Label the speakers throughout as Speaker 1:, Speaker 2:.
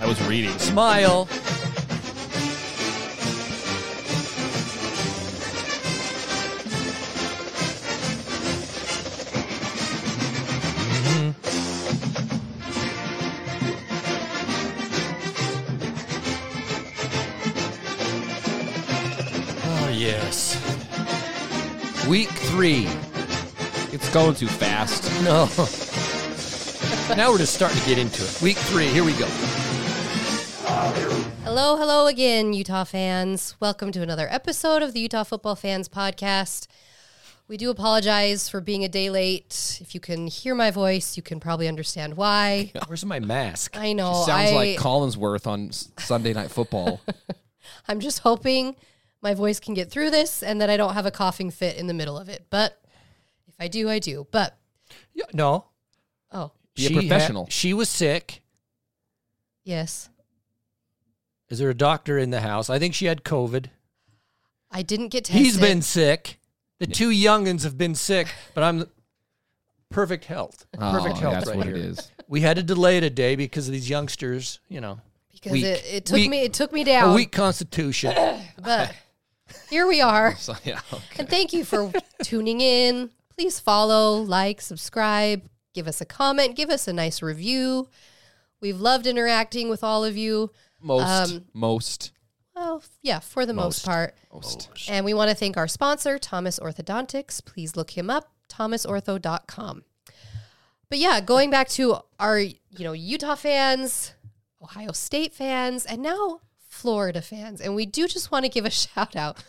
Speaker 1: I was reading.
Speaker 2: Smile.
Speaker 1: Mm-hmm. Oh yes.
Speaker 2: Week three.
Speaker 1: It's going too fast.
Speaker 2: No.
Speaker 1: now we're just starting to get into it.
Speaker 2: Week three. Here we go.
Speaker 3: Hello, hello again, Utah fans. Welcome to another episode of the Utah Football Fans Podcast. We do apologize for being a day late. If you can hear my voice, you can probably understand why.
Speaker 1: Where's my mask?
Speaker 3: I know.
Speaker 2: Sounds
Speaker 3: I,
Speaker 2: like Collinsworth on S- Sunday Night Football.
Speaker 3: I'm just hoping my voice can get through this and that I don't have a coughing fit in the middle of it. But if I do, I do. But
Speaker 4: Yeah, no.
Speaker 3: oh,
Speaker 2: Be a
Speaker 4: She ha-
Speaker 2: professional.
Speaker 4: she was sick.
Speaker 3: yes.
Speaker 4: Is there a doctor in the house? I think she had COVID.
Speaker 3: I didn't get tested.
Speaker 4: He's been sick. The two youngins have been sick, but I'm perfect health. Perfect
Speaker 2: Oh,
Speaker 4: health
Speaker 2: That's
Speaker 4: right
Speaker 2: what
Speaker 4: here.
Speaker 2: it is.
Speaker 4: We had to delay it a day because of these youngsters, you know.
Speaker 3: because
Speaker 2: weak.
Speaker 3: it, it took
Speaker 4: Weak.
Speaker 3: me it took me
Speaker 4: A
Speaker 3: down.
Speaker 4: weak constitution.
Speaker 3: But here we are.
Speaker 2: So, yeah.
Speaker 3: And thank you for tuning in. Please follow, like, subscribe, give us a comment, give us a nice review. We've loved interacting with all of you.
Speaker 2: Most.
Speaker 3: Um,
Speaker 2: most.
Speaker 3: Well, yeah, for the
Speaker 2: Most.
Speaker 3: most, part.
Speaker 2: Most.
Speaker 3: And we want to thank our sponsor, Thomas Orthodontics. Please look him up, thomasortho.com. But yeah, going back to our, you know, Utah fans, Ohio State fans, and now Florida fans. And we do just want to give a shout out.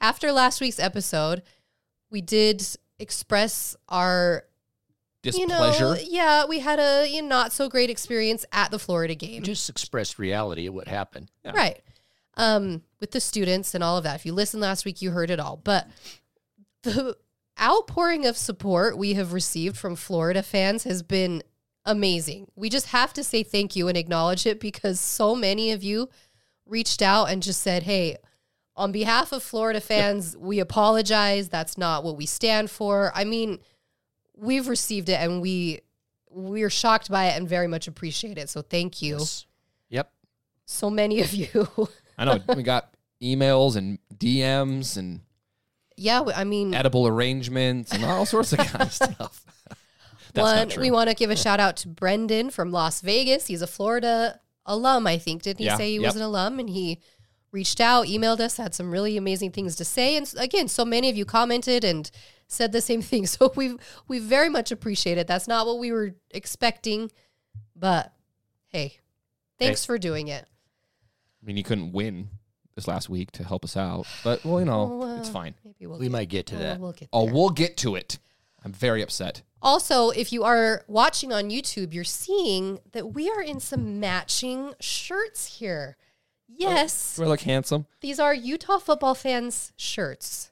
Speaker 3: After last week's episode, we did express our you know,
Speaker 2: Displeasure.
Speaker 3: yeah, we had a you know, not so great experience at the Florida game.
Speaker 4: Just expressed reality of what happened.
Speaker 3: Right. Um, with the students and all of that. If you listened last week, you heard it all. But the outpouring of support we have received from Florida fans has been amazing. We just have to say thank you and acknowledge it because so many of you reached out and just said, hey, on behalf of Florida fans, we apologize. That's not what we stand for. I mean, we've received it and we we're shocked by it and very much appreciate it. So thank you,
Speaker 4: Yes. Yep.
Speaker 3: so many of you.
Speaker 2: I know. We got emails and DMs and
Speaker 3: Yeah, w- I mean,
Speaker 2: edible arrangements and all sorts of kind of stuff.
Speaker 1: That's
Speaker 3: one,
Speaker 1: not true.
Speaker 3: we want to give a shout out to Brendan from Las Vegas. He's a Florida alum, I think. Didn't he
Speaker 1: Yeah,
Speaker 3: say he
Speaker 1: yep.
Speaker 3: was an alum? And he reached out, emailed us, had some really amazing things to say. And s- again, so many of you commented and said the same thing. So we we very much appreciate it. That's not what we were expecting, but hey, thanks for doing it.
Speaker 2: I mean, you couldn't win this last week to help us out, but well, you know,
Speaker 3: Oh,
Speaker 2: it's
Speaker 4: uh,
Speaker 3: well.
Speaker 2: fine.
Speaker 3: Maybe we'll
Speaker 4: We
Speaker 3: get,
Speaker 4: might get to
Speaker 3: we'll-
Speaker 4: that.
Speaker 3: We'll get
Speaker 2: Oh,
Speaker 3: there.
Speaker 2: we'll get to it. I'm very upset.
Speaker 3: Also, if you are watching on YouTube, you're seeing that we are in some matching shirts here. Yes,
Speaker 2: Do I look handsome?
Speaker 3: these are Utah football fans' shirts.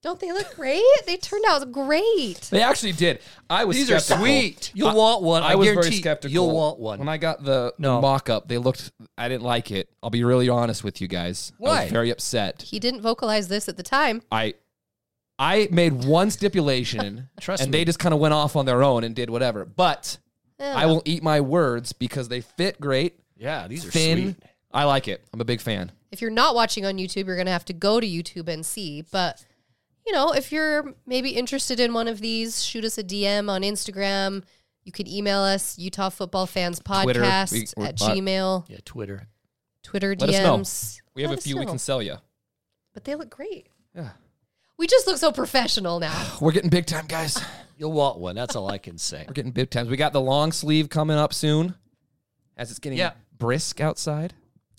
Speaker 3: Don't they look great? They turned out great.
Speaker 2: They actually did. I was.
Speaker 4: These are
Speaker 2: skeptical.
Speaker 4: sweet. You'll
Speaker 2: I-
Speaker 4: want one.
Speaker 2: I,
Speaker 4: I
Speaker 2: was very
Speaker 4: guarantee
Speaker 2: skeptical.
Speaker 4: you'll want one.
Speaker 2: When I got the
Speaker 4: No.
Speaker 2: mock-up, they looked. I didn't like it. I'll be really honest with you guys. I
Speaker 4: Why?
Speaker 2: was very upset.
Speaker 3: He didn't vocalize this at the time.
Speaker 2: I. I made one stipulation,
Speaker 4: Trust
Speaker 2: and
Speaker 4: me.
Speaker 2: they just kind of went off on their own and did whatever. But I will eat my words because they fit great.
Speaker 4: Yeah, these are
Speaker 2: thin.
Speaker 4: sweet.
Speaker 2: I like it. I'm a big fan.
Speaker 3: If you're not watching on YouTube, you're going to have to go to YouTube and see. But, you know, if you're maybe interested in one of these, shoot us a DM on Instagram. You could email us, Utah Football Fans
Speaker 2: Twitter.
Speaker 3: Podcast
Speaker 2: We- we're
Speaker 3: at
Speaker 2: not-
Speaker 3: Gmail,
Speaker 4: Yeah, Twitter.
Speaker 3: Twitter DMs.
Speaker 2: Let us know. We have
Speaker 3: Let
Speaker 2: a
Speaker 3: us
Speaker 2: few we
Speaker 3: know.
Speaker 2: can sell you.
Speaker 3: but they look great.
Speaker 2: Yeah.
Speaker 3: We just look so professional now.
Speaker 2: We're getting big time, guys.
Speaker 4: You'll want one. That's all I can say.
Speaker 2: We're getting big times. We got the long sleeve coming up soon, as it's getting
Speaker 4: Yeah.
Speaker 2: brisk outside.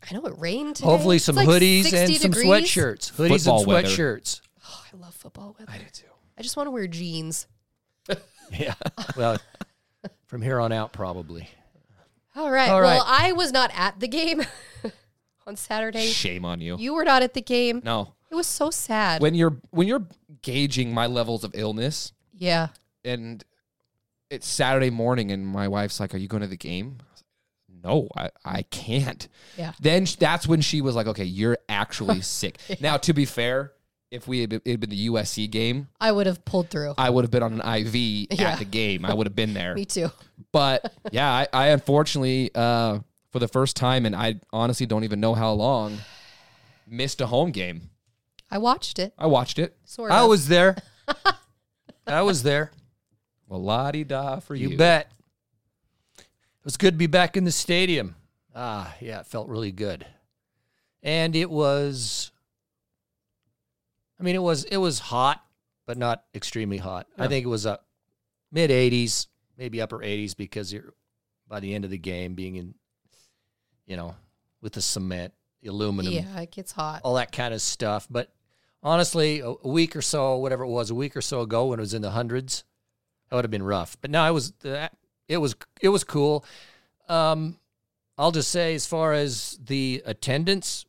Speaker 3: I know it rained today.
Speaker 4: Hopefully,
Speaker 3: It's
Speaker 4: some
Speaker 3: like
Speaker 4: hoodies
Speaker 3: 60
Speaker 4: and some
Speaker 3: degrees.
Speaker 4: sweatshirts. Hoodies
Speaker 2: Football
Speaker 4: and
Speaker 2: weather.
Speaker 4: sweatshirts.
Speaker 3: Oh, I love football weather.
Speaker 2: I do too.
Speaker 3: I just want to wear jeans.
Speaker 4: Yeah. well, from here on out, probably.
Speaker 3: All right.
Speaker 4: All right.
Speaker 3: Well, I was not at the game on Saturday.
Speaker 2: Shame on you.
Speaker 3: You were not at the game.
Speaker 2: No,
Speaker 3: It was so sad.
Speaker 2: when you're when you're gauging my levels of illness,
Speaker 3: yeah.
Speaker 2: and it's Saturday morning, and my wife's like, "Are you going to the game?" I was like, No, I, I can't.
Speaker 3: Yeah.
Speaker 2: Then sh- that's when she was like, "Okay, you're actually sick." Now, to be fair, if we had been, it had been the USC game,
Speaker 3: I would have pulled through.
Speaker 2: I would have been on an IV
Speaker 3: Yeah.
Speaker 2: at the game. I would have been there.
Speaker 3: Me too.
Speaker 2: but yeah, I, I unfortunately uh, for the first time, and I honestly don't even know how long, missed a home game.
Speaker 3: I watched it.
Speaker 2: I watched it.
Speaker 3: Sort of.
Speaker 4: I was there. I was there.
Speaker 2: Well, la di da for you.
Speaker 4: You bet. It was good to be back in the stadium. Ah, yeah, it felt really good. And it was I mean it was it was hot, but not extremely hot. I think it was a mid 80s, maybe upper 80s because you're by the end of the game being in you know, with the cement, the aluminum,
Speaker 3: yeah, it gets hot.
Speaker 2: Oh,
Speaker 4: all that kind of stuff. But honestly, a, a week or so, whatever it was, a week or so ago when it was in the hundreds, that would have been rough. But no, it was that it was it was cool. Um, I'll just say, as far as the attendance,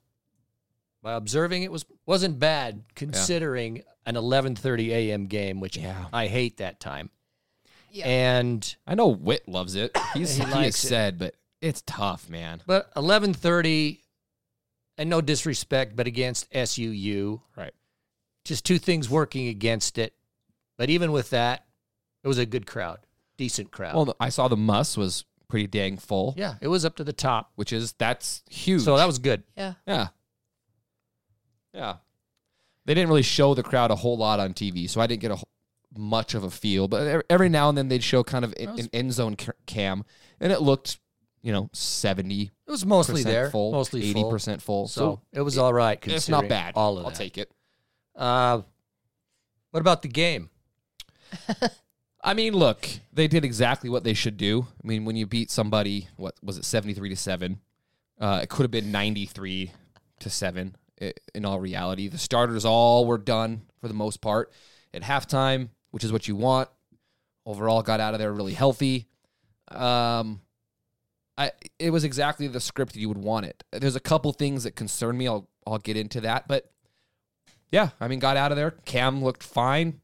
Speaker 4: by observing it was wasn't bad considering an 11:30 a.m. game, which
Speaker 2: Yeah.
Speaker 4: I hate that time.
Speaker 3: Yeah.
Speaker 4: And
Speaker 2: I know Witt loves it. He's,
Speaker 4: He
Speaker 2: he has
Speaker 4: likes it.
Speaker 2: said, but it's tough, man.
Speaker 4: But eleven thirty, and no disrespect, but against SUU,
Speaker 2: Right.
Speaker 4: Just two things working against it. But even with that, it was a good crowd, decent crowd.
Speaker 2: Well, I saw the muss was pretty dang full,
Speaker 4: yeah, it was up to the top,
Speaker 2: which is that's huge.
Speaker 4: so that was good.
Speaker 3: yeah.
Speaker 2: Yeah. Yeah. They didn't really show the crowd a whole lot on TV, so I didn't get a wh- much of a feel. But ev- every now and then they'd show kind of an- an end zone ca- cam, and it looked, you know, seventy
Speaker 4: It was mostly
Speaker 2: percent
Speaker 4: there,
Speaker 2: full,
Speaker 4: mostly
Speaker 2: eighty
Speaker 4: full.
Speaker 2: percent full.
Speaker 4: So, it was all right.
Speaker 2: it's not
Speaker 4: considering
Speaker 2: bad.
Speaker 4: All of
Speaker 2: I'll
Speaker 4: that.
Speaker 2: take it.
Speaker 4: Uh, what about the game?
Speaker 2: I mean, look, they did exactly what they should do. I mean, when you beat somebody, what was it, seventy three to seven? Uh, it could have been ninety three to seven. i- In all reality, the starters all were done for the most part at halftime, which is what you want. Overall, got out of there really healthy. Um, I it was exactly the script that you would want it. There's a couple things that concern me. I'll I'll get into that, but yeah, I mean, got out of there. Cam looked fine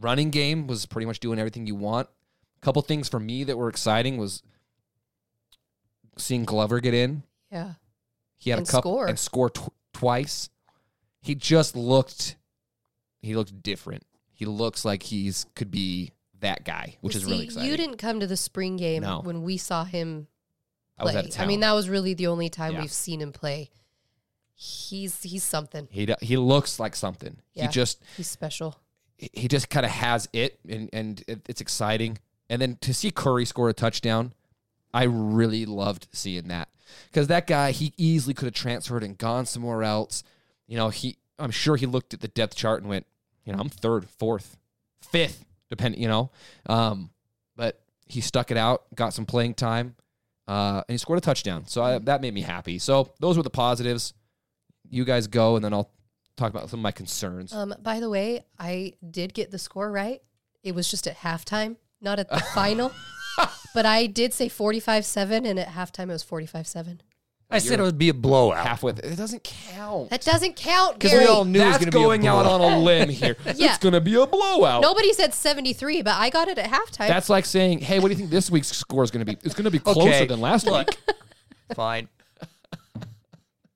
Speaker 2: running game was pretty much doing everything you want. A couple things for me that were exciting was seeing Glover get in.
Speaker 3: Yeah.
Speaker 2: He had
Speaker 3: And
Speaker 2: a couple
Speaker 3: score.
Speaker 2: and score tw- twice. He just looked he looked different. He looks like he's could be that guy, which
Speaker 3: Well,
Speaker 2: is really
Speaker 3: see,
Speaker 2: exciting.
Speaker 3: You didn't come to the spring game
Speaker 2: No.
Speaker 3: when we saw him
Speaker 2: I was
Speaker 3: play.
Speaker 2: out of town.
Speaker 3: mean, that was really the only time
Speaker 2: Yeah.
Speaker 3: we've seen him play. He's he's something.
Speaker 2: he do- he looks like something.
Speaker 3: Yeah.
Speaker 2: He just
Speaker 3: He's special.
Speaker 2: he just kind of has it, and and it, it's exciting. And then to see Curry score a touchdown, I really loved seeing that because that guy he easily could have transferred and gone somewhere else. You know, he I'm sure he looked at the depth chart and went, you know, I'm third, fourth, fifth, depending. You know, um, but he stuck it out, got some playing time, uh, and he scored a touchdown. So I, that made me happy. So those were the positives. You guys go, and then I'll talk about some of my concerns.
Speaker 3: Um, by the way, I did get the score right. It was just at halftime, not at the final. But I did say 45-7, and at halftime it was 45-7.
Speaker 4: I said it would be a blowout.
Speaker 2: halfway. th- It doesn't count.
Speaker 3: That doesn't count,
Speaker 4: we
Speaker 3: Gary.
Speaker 4: all knew it was
Speaker 2: That's
Speaker 4: gonna be a
Speaker 2: going out
Speaker 4: blowout.
Speaker 2: on a limb here.
Speaker 3: Yeah.
Speaker 2: It's going to be a blowout.
Speaker 3: Nobody said 73, but I got it at halftime.
Speaker 2: That's like saying, hey, what do you think this week's score is going to be? It's going to be closer
Speaker 4: Okay,
Speaker 2: than last
Speaker 4: look.
Speaker 2: week.
Speaker 4: Fine.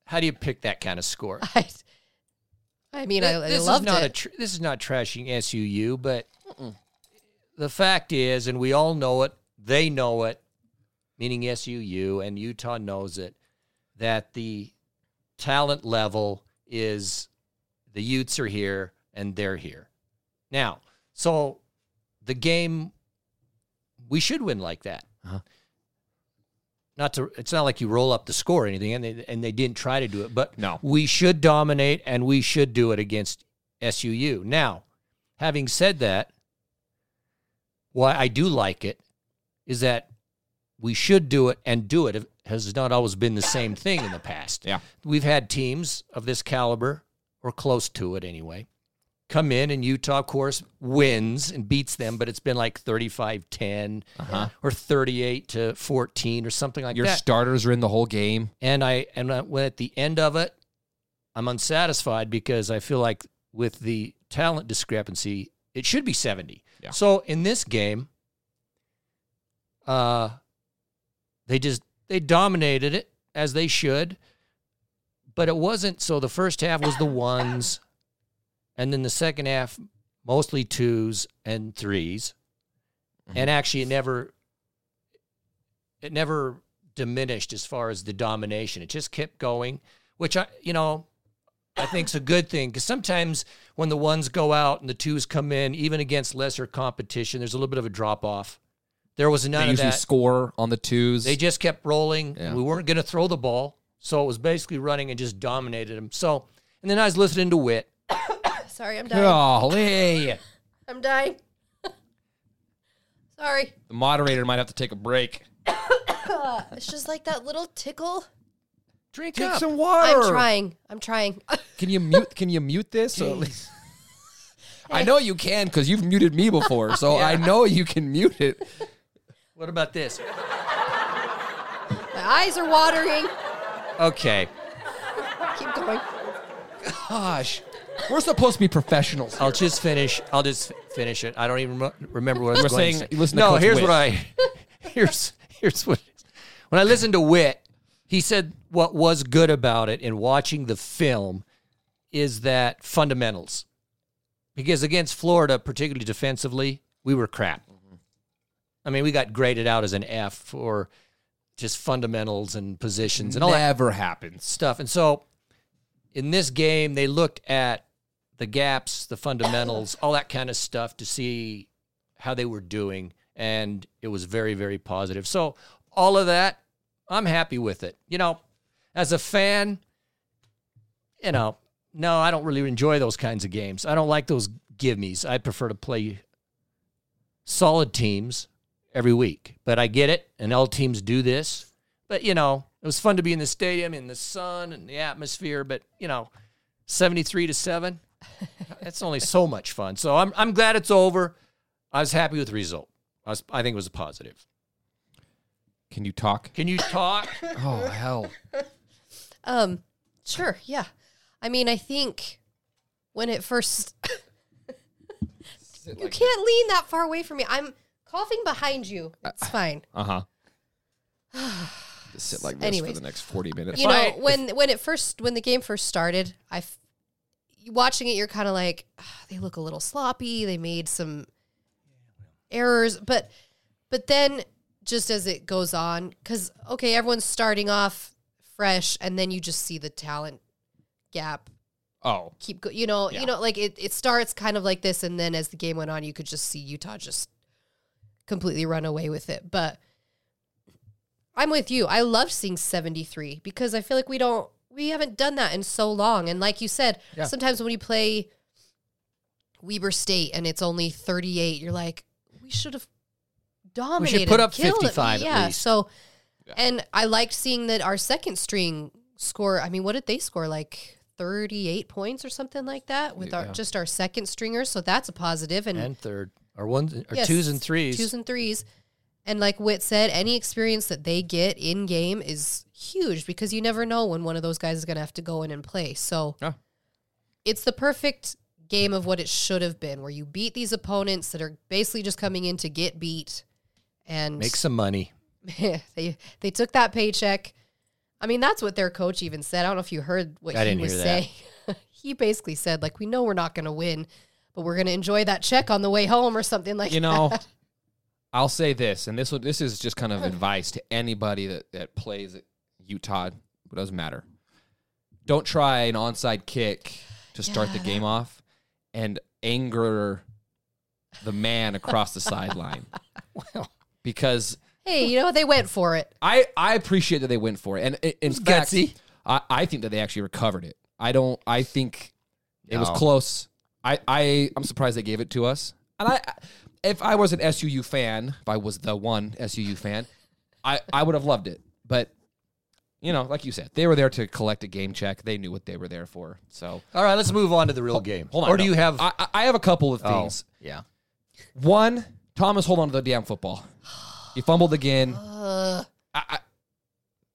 Speaker 4: How do you pick that kind of score?
Speaker 3: I, I mean, I, I
Speaker 4: this
Speaker 3: loved
Speaker 4: is not
Speaker 3: it.
Speaker 4: a tr- this is not trashing SUU, but the fact is, and we all know it, they know it, meaning SUU and Utah knows it, that the talent level is the Utes are here and they're here. Now, so the game we should win like that. Not to, it's not like you roll up the score or anything, and they and they didn't try to do it. But
Speaker 2: No.
Speaker 4: we should dominate, and we should do it against SUU. Now, having said that, why I do like it is that we should do it and do it has not always been the same thing in the past.
Speaker 2: Yeah.
Speaker 4: We've had teams of this caliber, or close to it anyway, come in and Utah, of course, wins and beats them, but it's been like 35 10
Speaker 2: Uh-huh.
Speaker 4: or 38 to 14 or something like
Speaker 2: Your
Speaker 4: that.
Speaker 2: starters are in the whole game.
Speaker 4: and I and I- when at the end of it, I'm unsatisfied because I feel like with the talent discrepancy, it should be 70.
Speaker 2: Yeah.
Speaker 4: So in this game, uh, they just they dominated it as they should, but it wasn't. So the first half was the ones, and then the second half mostly twos and
Speaker 2: Mm-hmm.
Speaker 4: 3s and actually it never it never diminished as far as the domination. It just kept going, which I, you know, I think's a good thing because sometimes when the ones go out and the twos come in, even against lesser competition, there's a little bit of a drop off. There was none
Speaker 2: They
Speaker 4: of
Speaker 2: usually
Speaker 4: that.
Speaker 2: score on the twos.
Speaker 4: They just kept rolling.
Speaker 2: Yeah.
Speaker 4: We weren't going to throw the ball. So it was basically running and just dominated them. So, and then I was listening to Wit.
Speaker 3: Sorry, I'm
Speaker 2: Oh,
Speaker 3: dying.
Speaker 2: Golly.
Speaker 3: I'm dying. Sorry.
Speaker 2: The moderator might have to take a break.
Speaker 3: It's just like that little tickle.
Speaker 4: Drink
Speaker 2: Take
Speaker 4: up.
Speaker 2: some water.
Speaker 3: I'm trying. I'm trying.
Speaker 2: Can you mute? Can you mute this? So at least. I know you can because you've muted me before, so I know you can mute it.
Speaker 4: What about this?
Speaker 3: My eyes are watering.
Speaker 4: Okay.
Speaker 3: Keep going.
Speaker 2: Gosh, we're supposed to be professionals.
Speaker 4: I'll just finish. I'll just finish it. I don't even rem- remember what I was going
Speaker 2: We're saying
Speaker 4: to say.
Speaker 2: you listen to
Speaker 4: no,
Speaker 2: Coach
Speaker 4: here's
Speaker 2: Witt.
Speaker 4: what I here's here's what when I listened to Wit, he said what was good about it in watching the film is that fundamentals. Because against Florida, particularly defensively, we were crap. I mean, we got graded out as an F for just fundamentals and positions and all that
Speaker 2: Never happens.
Speaker 4: stuff. And so in this game, they looked at the gaps, the fundamentals, all that kind of stuff to see how they were doing. And it was very, very positive. So all of that, I'm happy with it. You know, as a fan, you know, no, I don't really enjoy those kinds of games. I don't like those gimmies. I prefer to play solid teams every week. But I get it, and all teams do this. But you know, it was fun to be in the stadium in the sun and the atmosphere. But you know, seventy-three to seven, that's only so much fun. So I'm I'm glad it's over. I was happy with the result. I was, I think it was a positive.
Speaker 2: Can you talk?
Speaker 4: Can you talk?
Speaker 2: Oh hell!
Speaker 3: Um, sure, yeah. I mean, I think when it first You can't lean that far away from me. I'm coughing behind you. It's fine.
Speaker 2: Uh huh. Just sit like this
Speaker 3: Anyways.
Speaker 2: for the next forty minutes.
Speaker 3: You know,
Speaker 4: I-
Speaker 3: when when it first when the game first started, I f- watching it you're kind of like "Ah, they look a little sloppy. They made some errors, but but then just as it goes on cuz okay, everyone's starting off fresh and then you just see the talent gap
Speaker 2: oh,
Speaker 3: keep go- you know
Speaker 2: Yeah.
Speaker 3: you know like it, it starts kind of like this and then as the game went on you could just see utah just completely run away with it but i'm with you i love seeing 73 because i feel like we don't we haven't done that in so long and like you said
Speaker 2: Yeah.
Speaker 3: sometimes when you play weber state and it's only 38 you're like we should have dominated
Speaker 4: up
Speaker 3: killed it.
Speaker 4: 55 at
Speaker 3: yeah
Speaker 4: least.
Speaker 3: so and i liked seeing that our second string score i mean what did they score like 38 points or something like that with our just our second stringer so that's a positive and,
Speaker 4: and third, or ones, or
Speaker 3: yes,
Speaker 4: twos and threes.
Speaker 3: twos and threes and like Whit said, any experience that they get in game is huge because you never know when one of those guys is going to have to go in and play. So
Speaker 2: Yeah.
Speaker 3: it's the perfect game of what it should have been, where you beat these opponents that are basically just coming in to get beat and
Speaker 4: Make some money.
Speaker 3: they they took that paycheck. I mean, that's what their coach even said. I don't know if you heard what
Speaker 4: I
Speaker 3: he
Speaker 4: didn't
Speaker 3: was
Speaker 4: hear that.
Speaker 3: saying. he basically said, like, we know we're not going to win, but we're going to enjoy that check on the way home or something like
Speaker 2: you know, I'll say this, and this will- this is just kind of advice to anybody that that plays at Utah. It doesn't matter. Don't try an onside kick to start the
Speaker 3: Yeah,
Speaker 2: game off and anger the man across the sideline.
Speaker 4: Well,
Speaker 2: Because
Speaker 3: Hey, you know, they went for it.
Speaker 2: I, I appreciate that they went for it, and i- in
Speaker 4: was
Speaker 2: fact,
Speaker 4: gutsy.
Speaker 2: I, I think that they actually recovered it. I don't. I think it was
Speaker 4: No.
Speaker 2: close. I, I I'm surprised they gave it to us. And I, if I was an SUU fan, if I was the one SUU fan, I I would have loved it. But you know, like you said, they were there to collect a game check. They knew what they were there for. So
Speaker 4: all right, let's move on to the real game.
Speaker 2: hold on.
Speaker 4: or do
Speaker 2: no.
Speaker 4: you have?
Speaker 2: I, I- I have a couple of
Speaker 4: oh,
Speaker 2: things.
Speaker 4: yeah.
Speaker 2: One, Thomas, hold on to the damn football. You fumbled again.
Speaker 3: Uh,
Speaker 2: I,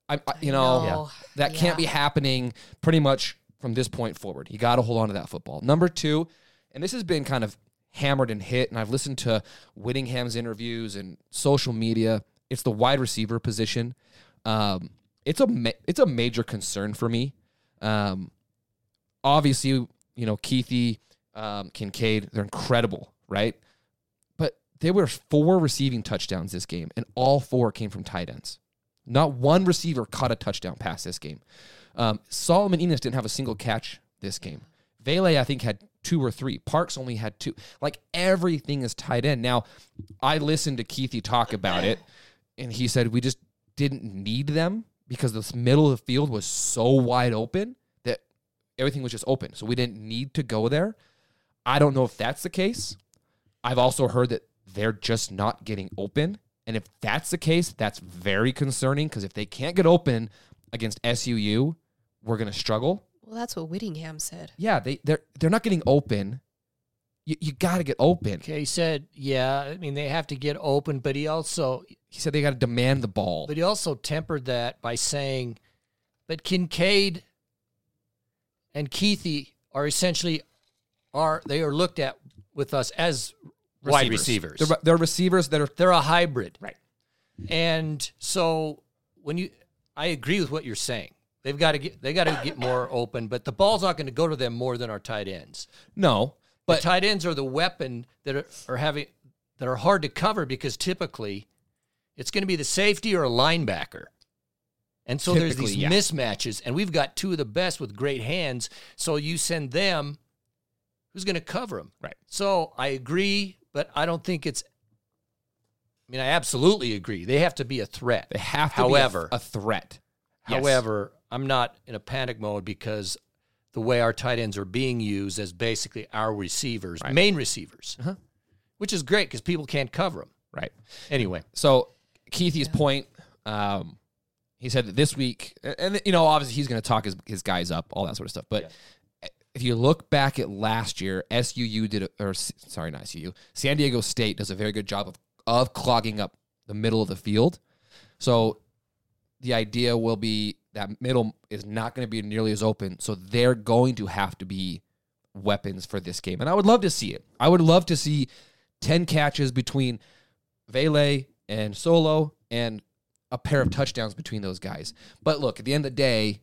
Speaker 2: I, I I- you know,
Speaker 3: know.
Speaker 2: that
Speaker 3: Yeah.
Speaker 2: can't be happening pretty much from this point forward. You got to hold on to that football. Number two, and this has been kind of hammered and hit, and I've listened to Whittingham's interviews and social media. It's the wide receiver position. Um, it's a ma- it's a major concern for me. Um, obviously, you know, Keithy, um, Kincaid, they're incredible, right? But there were four receiving touchdowns this game, and all four came from tight ends. Not one receiver caught a touchdown pass this game. Um, Solomon Enos didn't have a single catch this game. Vele, I think, had two or three. Parks only had two. Like everything is tied in. Now, I listened to Keithy talk about it, and he said we just didn't need them because the middle of the field was so wide open that everything was just open. So we didn't need to go there. I don't know if that's the case. I've also heard that they're just not getting open. And if that's the case, that's very concerning because if they can't get open against SUU, we're going to struggle.
Speaker 3: Well, that's what Whittingham said.
Speaker 2: Yeah, they, they're, they're not getting open. You, you got to get open.
Speaker 4: Okay, he said, yeah, I mean, they have to get open, but he also
Speaker 2: He said they got to demand the ball.
Speaker 4: But he also tempered that by saying, but Kincaid and Keithy are essentially are they are looked at with us as wide receivers.
Speaker 2: They're, they're receivers that are.
Speaker 4: They're a hybrid.
Speaker 2: Right.
Speaker 4: And so when you I agree with what you're saying. They've got to get they got to get more open, but the ball's not going to go to them more than our tight ends.
Speaker 2: No,
Speaker 4: But tight ends are the weapon that are, are having that are hard to cover because typically it's going to be the safety or a linebacker. And so there's these
Speaker 2: Typically, yeah.
Speaker 4: mismatches, and we've got two of the best with great hands. So you send them, who's going to cover them?
Speaker 2: Right.
Speaker 4: So I agree, but I don't think it's. I mean, I absolutely agree. They have to be a threat.
Speaker 2: they have to
Speaker 4: However,
Speaker 2: be a, a threat. Yes.
Speaker 4: However, I'm not in a panic mode because the way our tight ends are being used as basically our receivers, main receivers,
Speaker 2: Uh-huh.
Speaker 4: which is great because people can't cover them.
Speaker 2: right.
Speaker 4: Anyway,
Speaker 2: So Keithy's point, um, he said that this week, and you know, obviously he's going to talk his, his guys up, all that sort of stuff. But if you look back at last year, SUU did, a, or S- sorry, not SUU, San Diego State does a very good job of of clogging up the middle of the field. So the idea will be that middle is not going to be nearly as open. So they're going to have to be weapons for this game. And I would love to see it. I would love to see 10 catches between Vele and Solo and a pair of touchdowns between those guys. But look, at the end of the day,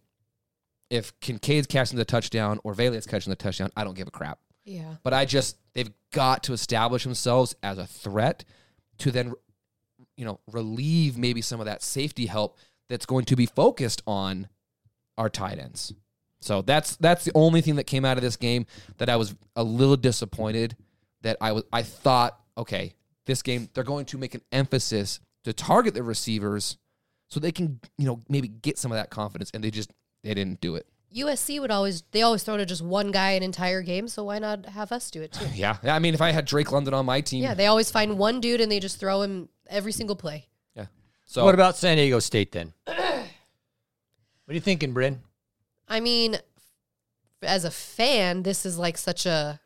Speaker 2: if Kincaid's catching the touchdown or Vele's catching the touchdown, I don't give a crap.
Speaker 3: Yeah.
Speaker 2: But I just, they've got to establish themselves as a threat to then, you know, relieve maybe some of that safety help that's going to be focused on our tight ends. So that's that's the only thing that came out of this game that I was a little disappointed that I was I thought okay this game they're going to make an emphasis to target the receivers so they can you know maybe get some of that confidence and they just they didn't do it.
Speaker 3: USC would always they always throw to just one guy an entire game, so why not have us do it too?
Speaker 2: Yeah. I mean if I had Drake London on my team.
Speaker 3: Yeah, they always find one dude and they just throw him every single play.
Speaker 2: yeah. So
Speaker 4: what about San Diego State then? what are you thinking, Bryn?
Speaker 3: I mean, as a fan, this is like such a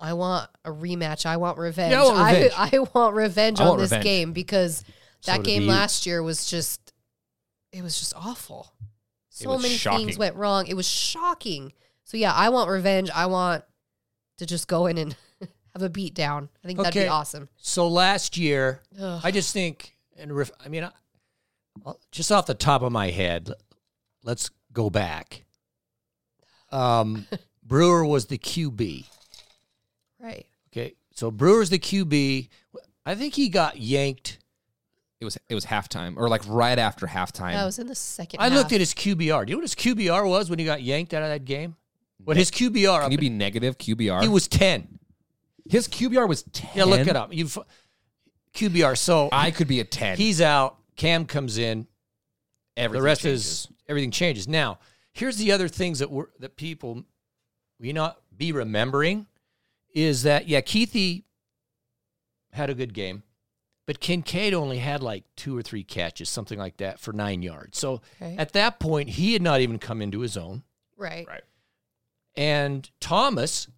Speaker 3: I want a rematch. I want revenge.
Speaker 2: Yeah, I want revenge.
Speaker 3: I, I want revenge
Speaker 2: I
Speaker 3: on
Speaker 2: want
Speaker 3: this
Speaker 2: revenge.
Speaker 3: game because
Speaker 4: So
Speaker 3: that
Speaker 4: do
Speaker 3: game
Speaker 4: the
Speaker 3: last year was just it was just awful. So
Speaker 2: was
Speaker 3: many
Speaker 2: shocking.
Speaker 3: things went wrong. It was shocking. So yeah, I want revenge. I want to just go in and have a beat down. I think that'd
Speaker 4: Okay.
Speaker 3: be awesome.
Speaker 4: So last year,
Speaker 3: Ugh.
Speaker 4: I just think, and ref, I mean, I, I'll- just off the top of my head, l- let's go back. Um, Brewer was the QB.
Speaker 3: Right.
Speaker 4: Okay, so Brewer's the QB. I think he got yanked.
Speaker 2: it was it was halftime or like right after halftime.
Speaker 3: That was in the second.
Speaker 4: I looked
Speaker 3: half.
Speaker 4: at his QBR. Do you know what his QBR was when he got yanked out of that game? What his QBR?
Speaker 2: Can
Speaker 4: Up,
Speaker 2: you be negative QBR?
Speaker 4: he was ten.
Speaker 2: His QBR was 10.
Speaker 4: Yeah, look it up. You f- QBR. So
Speaker 2: I could be a 10.
Speaker 4: he's out. Cam comes in.
Speaker 2: Everything
Speaker 4: the rest
Speaker 2: changes.
Speaker 4: is everything changes. Now, here's the other things that were that people we not be remembering is that yeah, Keithy had a good game, but Kincaid only had like two or three catches, something like that, for nine yards. So
Speaker 3: Okay.
Speaker 4: at that point, he had not even come into his own,
Speaker 3: right.
Speaker 2: Right.
Speaker 4: and Thomas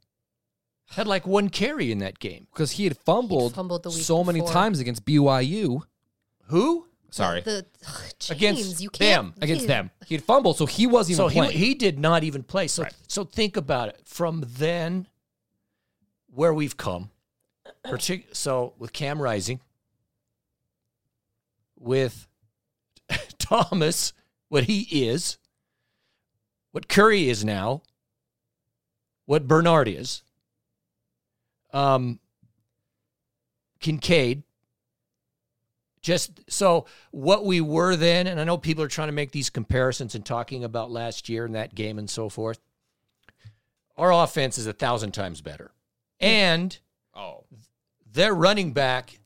Speaker 4: had like one carry in that game.
Speaker 2: because he had fumbled,
Speaker 3: He fumbled the week
Speaker 2: so many
Speaker 3: before.
Speaker 2: times against BYU.
Speaker 4: Who?
Speaker 2: Sorry,
Speaker 3: The, ugh, James,
Speaker 4: Against
Speaker 3: you can't,
Speaker 4: them.
Speaker 2: against
Speaker 3: you-
Speaker 2: them, he had fumbled, so he wasn't
Speaker 4: So
Speaker 2: even
Speaker 4: he,
Speaker 2: playing.
Speaker 4: he did not even play. So
Speaker 2: Right.
Speaker 4: so think about it from then where we've come. Partic- so with Cam Rising, with Thomas, what he is, what Curry is now, what Bernard is, um, Kincaid, Just so what we were then, and I know people are trying to make these comparisons and talking about last year and that game and so forth. Our offense is a thousand times better. And
Speaker 2: Oh,
Speaker 4: their running back,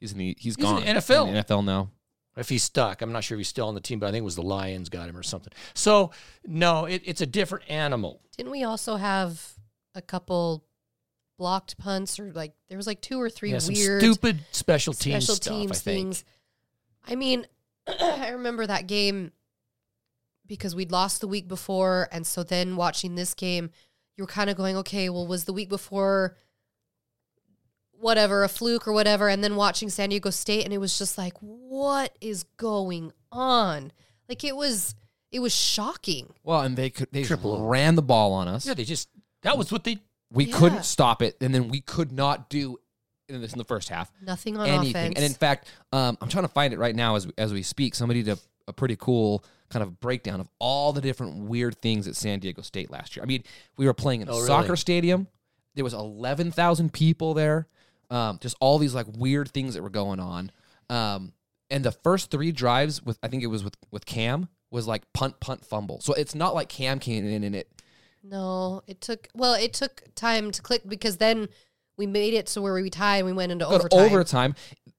Speaker 2: he's in the
Speaker 4: He's
Speaker 2: he's
Speaker 4: in
Speaker 2: gone
Speaker 4: the NFL.
Speaker 2: In the NFL now.
Speaker 4: if he's stuck, I'm not sure if he's still on the team, but I think it was the Lions got him or something. So, no, it, it's a different animal.
Speaker 3: Didn't we also have a couple blocked punts or like there was like two or three
Speaker 4: Yeah, some
Speaker 3: weird
Speaker 4: stupid special teams
Speaker 3: special
Speaker 4: stuff, I
Speaker 3: teams
Speaker 4: think.
Speaker 3: things. I mean, I remember that game because we'd lost the week before, and so then watching this game, you were kind of going, okay, well, was the week before whatever a fluke or whatever, and then watching San Diego State, and it was just like, what is going on? Like it was, it was shocking.
Speaker 2: Well, and they could they
Speaker 4: Triple.
Speaker 2: ran the ball on us.
Speaker 4: Yeah, they just, that was what they,
Speaker 2: we
Speaker 3: Yeah.
Speaker 2: couldn't stop it, and then we could not do in this in the first half.
Speaker 3: Nothing on
Speaker 2: anything.
Speaker 3: offense.
Speaker 2: And in fact, um, I'm trying to find it right now as as we speak. Somebody did a, a pretty cool kind of breakdown of all the different weird things at San Diego State last year. I mean, we were playing in a
Speaker 4: Oh, really?
Speaker 2: soccer stadium. There was 11,000 people there. Um, just all these like weird things that were going on. Um, and the first three drives with I think it was with with Cam was like punt punt fumble. So it's not like Cam came in and it
Speaker 3: No, it took well, it took time to click because then we made it to where we tied and we went into
Speaker 2: go to
Speaker 3: overtime.
Speaker 2: overtime.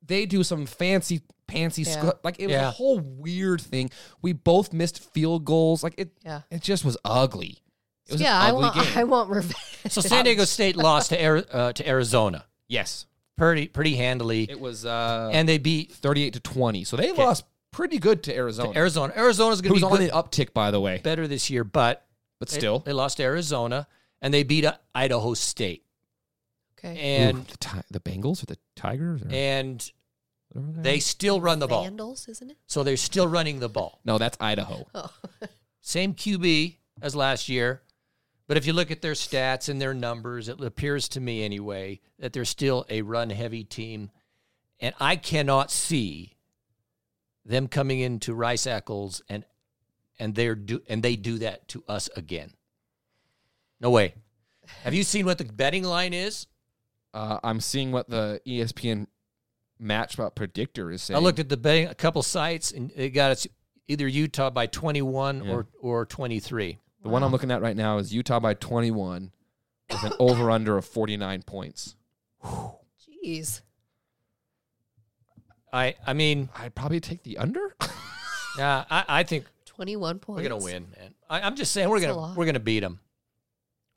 Speaker 2: They do some fancy pantsy
Speaker 3: Yeah.
Speaker 2: sc- like it was
Speaker 4: Yeah.
Speaker 2: a whole weird thing. We both missed field goals. Like it
Speaker 3: Yeah.
Speaker 2: it just was ugly. It was
Speaker 3: yeah,
Speaker 2: an
Speaker 3: I
Speaker 2: ugly
Speaker 3: want
Speaker 2: game.
Speaker 3: I want revenge.
Speaker 4: so San Diego State lost to, Ari- uh, to Arizona
Speaker 2: yes.
Speaker 4: pretty, pretty handily.
Speaker 2: It was uh
Speaker 4: and they beat
Speaker 2: 38 to 20. So they lost pretty good to Arizona.
Speaker 4: Arizona. Arizona's going
Speaker 2: who's
Speaker 4: to be
Speaker 2: on
Speaker 4: good,
Speaker 2: an uptick by the way.
Speaker 4: better this year, but
Speaker 2: But
Speaker 4: they-
Speaker 2: still.
Speaker 4: they, lost to Arizona and they beat uh, Idaho State.
Speaker 3: Okay.
Speaker 4: And
Speaker 2: Ooh, the, ti- the Bengals or the Tigers or
Speaker 4: and
Speaker 2: whatever they are?
Speaker 4: they still run the ball,
Speaker 3: Vandals, isn't it?
Speaker 4: so they're still running the ball.
Speaker 2: No, that's Idaho.
Speaker 3: Oh.
Speaker 4: Same QB as last year, but if you look at their stats and their numbers, it appears to me anyway that they're still a run-heavy team, and I cannot see them coming into Rice Eccles and and they're do and they do that to us again. No way. Have you seen what the betting line is?
Speaker 2: Uh, I'm seeing what the E ESPN match about predictor is saying.
Speaker 4: I looked at the betting a couple sites and it got us either Utah by 21 or or 23.
Speaker 2: The one I'm looking at right now is Utah by 21 with an over under of 49 points.
Speaker 3: Jeez.
Speaker 4: I I mean,
Speaker 2: I'd probably take the under.
Speaker 4: yeah, I, I think
Speaker 3: Twenty one points.
Speaker 4: we're gonna win, man. I, I'm just saying we're
Speaker 3: That's a
Speaker 4: gonna
Speaker 3: lot.
Speaker 4: we're gonna beat them.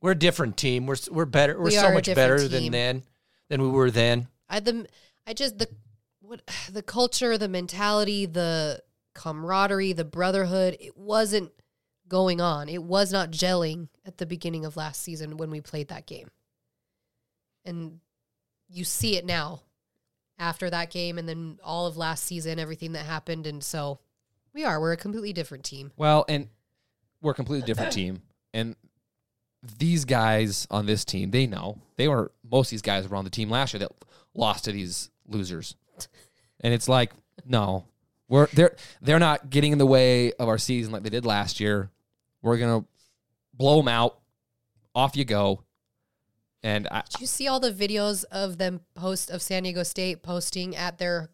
Speaker 4: We're a different team. We're s- we're better. We're
Speaker 3: We
Speaker 4: so
Speaker 3: are a
Speaker 4: much
Speaker 3: different
Speaker 4: better than
Speaker 3: team.
Speaker 4: then than we were then.
Speaker 3: I the I just the what the culture, the mentality, the camaraderie, the brotherhood, it wasn't going on. It was not gelling at the beginning of last season when we played that game. And you see it now after that game and then all of last season, everything that happened and so we are. We're a completely different team.
Speaker 2: well, and we're a completely different team. And these guys on this team, they know. They were most of these guys were on the team last year that lost to these losers. And it's like, no. We're they're they're not getting in the way of our season like they did last year. We're going to blow them out. Off you go. And I,
Speaker 3: Did you see all the videos of them post of San Diego State posting at their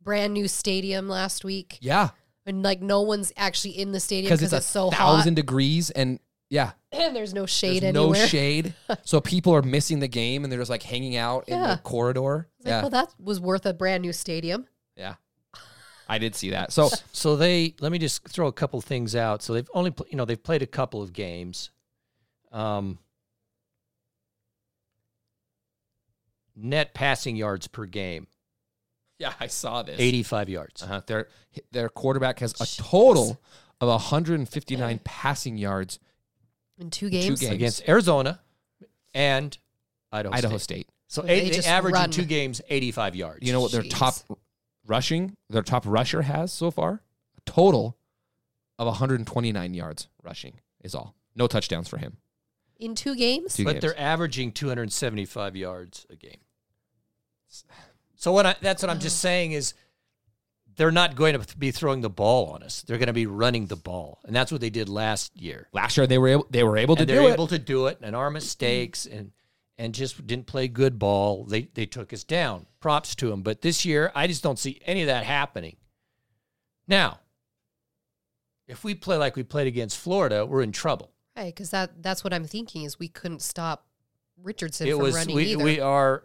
Speaker 3: brand new stadium last week?
Speaker 2: yeah,
Speaker 3: and like no one's actually in the stadium
Speaker 2: because
Speaker 3: because
Speaker 2: it's
Speaker 3: it's,
Speaker 2: a
Speaker 3: so
Speaker 2: thousand
Speaker 3: hot
Speaker 2: degrees and yeah,
Speaker 3: and there's no shade
Speaker 2: there's no
Speaker 3: anywhere.
Speaker 2: shade. so people are missing the game and they're just like hanging out in
Speaker 3: Yeah.
Speaker 2: the corridor.
Speaker 3: It's like,
Speaker 2: Yeah,
Speaker 3: well, that was worth a brand new stadium.
Speaker 2: yeah. I did see that. So
Speaker 4: So they let me just throw a couple things out. So they've only pl- you know they've played a couple of games. Um, net passing yards per game,
Speaker 2: yeah, I saw this.
Speaker 4: 85 yards.
Speaker 2: Uh-huh. Their their quarterback has a total of 159 passing yards.
Speaker 3: In two games,
Speaker 2: games.
Speaker 4: against Arizona and Idaho,
Speaker 2: Idaho
Speaker 4: State.
Speaker 2: State.
Speaker 4: So
Speaker 3: They
Speaker 4: eight, they
Speaker 3: just
Speaker 4: average in
Speaker 3: run.
Speaker 4: two games 85 yards.
Speaker 2: You know what their
Speaker 3: Oh, Jeez.
Speaker 2: top rushing, their top rusher has so far? A total of 129 yards rushing is all. No touchdowns for him.
Speaker 3: in two games.
Speaker 2: Two
Speaker 4: but
Speaker 2: games.
Speaker 4: they're averaging 275 yards a game. So what I, that's what I'm just saying is they're not going to be throwing the ball on us. They're going to be running the ball, and that's what they did last year.
Speaker 2: Last year they were able they were able to
Speaker 4: and
Speaker 2: do
Speaker 4: they're
Speaker 2: it.
Speaker 4: able to do it, and our mistakes and and just didn't play good ball. They they took us down. Props to them. But this year, I just don't see any of that happening. Now, if we play like we played against Florida, we're in trouble.
Speaker 3: Right, because that that's what I'm thinking is we couldn't stop Richardson
Speaker 4: it
Speaker 3: from
Speaker 4: was
Speaker 3: running
Speaker 4: we
Speaker 3: either.
Speaker 4: we are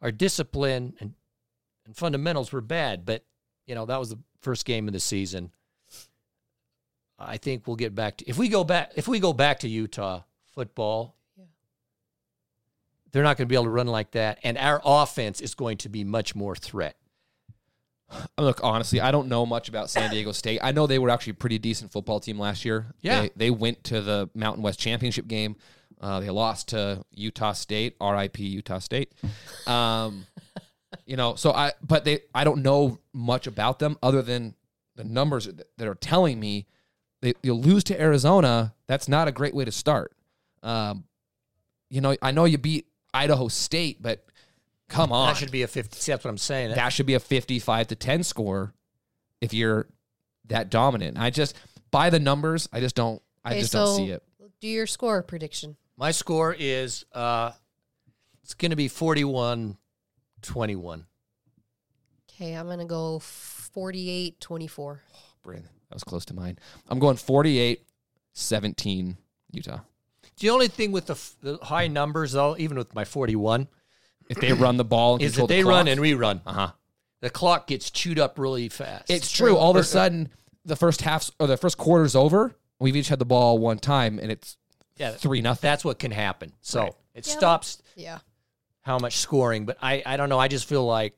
Speaker 4: our discipline and and fundamentals were bad, but you know that was the first game of the season. I think we'll get back to if we go back if we go back to Utah football.
Speaker 3: Yeah.
Speaker 4: They're not going to be able to run like that, and our offense is going to be much more threat.
Speaker 2: Look, honestly, I don't know much about San Diego State. I know they were actually a pretty decent football team last year.
Speaker 4: Yeah.
Speaker 2: They, they went to the Mountain West Championship game. Uh, they lost to Utah State, RIP Utah State. Um, you know, so I, but they, I don't know much about them other than the numbers that that are telling me they, you lose to Arizona. That's not a great way to start. Um, you know, I know you beat Idaho State, but come on.
Speaker 4: That should be a fifty. See, that's what I'm saying.
Speaker 2: that should be a 55 to 10 score if you're that dominant. I just by the numbers, I just don't I
Speaker 3: Okay,
Speaker 2: just
Speaker 3: so
Speaker 2: don't see it. Oh,
Speaker 3: Do your score prediction.
Speaker 4: My score is uh, it's going to be 41-21.
Speaker 3: Okay, I'm gonna go 48 24.
Speaker 2: Brandon, that was close to mine. I'm going 48 17 Utah.
Speaker 4: The only thing with the, f- the high numbers, though, even with my 41,
Speaker 2: If they run the ball and
Speaker 4: is
Speaker 2: control
Speaker 4: that
Speaker 2: the
Speaker 4: they
Speaker 2: clock,
Speaker 4: run and we run.
Speaker 2: uh-huh.
Speaker 4: The clock gets chewed up really fast.
Speaker 2: It's true. All of a sudden, the first half or the first quarter's over. We've each had the ball one time, and it's
Speaker 4: yeah,
Speaker 2: three nothing.
Speaker 4: that's what can happen. So
Speaker 2: Right.
Speaker 4: it
Speaker 3: Yeah.
Speaker 4: stops
Speaker 3: Yeah.
Speaker 4: how much scoring, but I, I don't know. I just feel like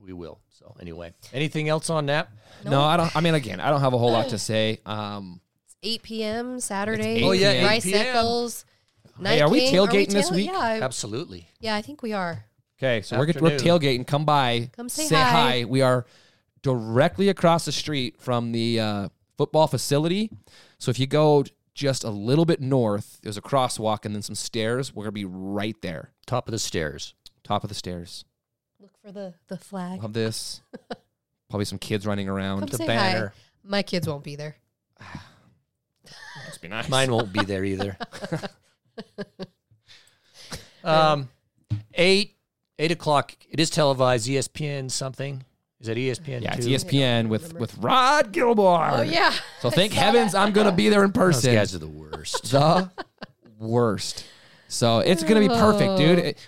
Speaker 4: we will. So anyway, anything else on that?
Speaker 2: No, I don't. I mean, again, I don't have a whole lot to say. Um,
Speaker 3: It's 8 p.m. Saturday.
Speaker 2: 8 Oh, yeah, 8
Speaker 3: Rice
Speaker 4: p.m..
Speaker 3: Eccles.
Speaker 2: Hey, are we tailgating this week?
Speaker 3: Yeah, I,
Speaker 4: Absolutely.
Speaker 3: yeah, I think we are.
Speaker 2: Okay, so we're, we're
Speaker 4: Afternoon.
Speaker 2: tailgating. Come by.
Speaker 3: Come say
Speaker 2: hi.
Speaker 3: hi.
Speaker 2: We are directly across the street from the uh, football facility. So if you go just a little bit north, there's a crosswalk and then some stairs. We're going to be right there,
Speaker 4: Top of the stairs.
Speaker 2: top of the stairs.
Speaker 3: Look for the, the flag.
Speaker 2: We'll have this. Probably some kids running
Speaker 3: Come
Speaker 2: around.
Speaker 3: say
Speaker 4: banner.
Speaker 3: hi. My kids won't be there.
Speaker 2: Must be nice.
Speaker 4: Mine won't be there either. um, eight eight o'clock. It is televised. E ESPN something. Is that E ESPN?
Speaker 2: Yeah, it's
Speaker 4: two?
Speaker 2: ESPN with, with Rod Gilmore.
Speaker 3: Oh, yeah.
Speaker 2: So thank heavens I'm going to be there in
Speaker 4: Those
Speaker 2: person.
Speaker 4: guys are the worst.
Speaker 2: the worst. So it's going
Speaker 3: Oh.
Speaker 2: to be perfect, dude. It-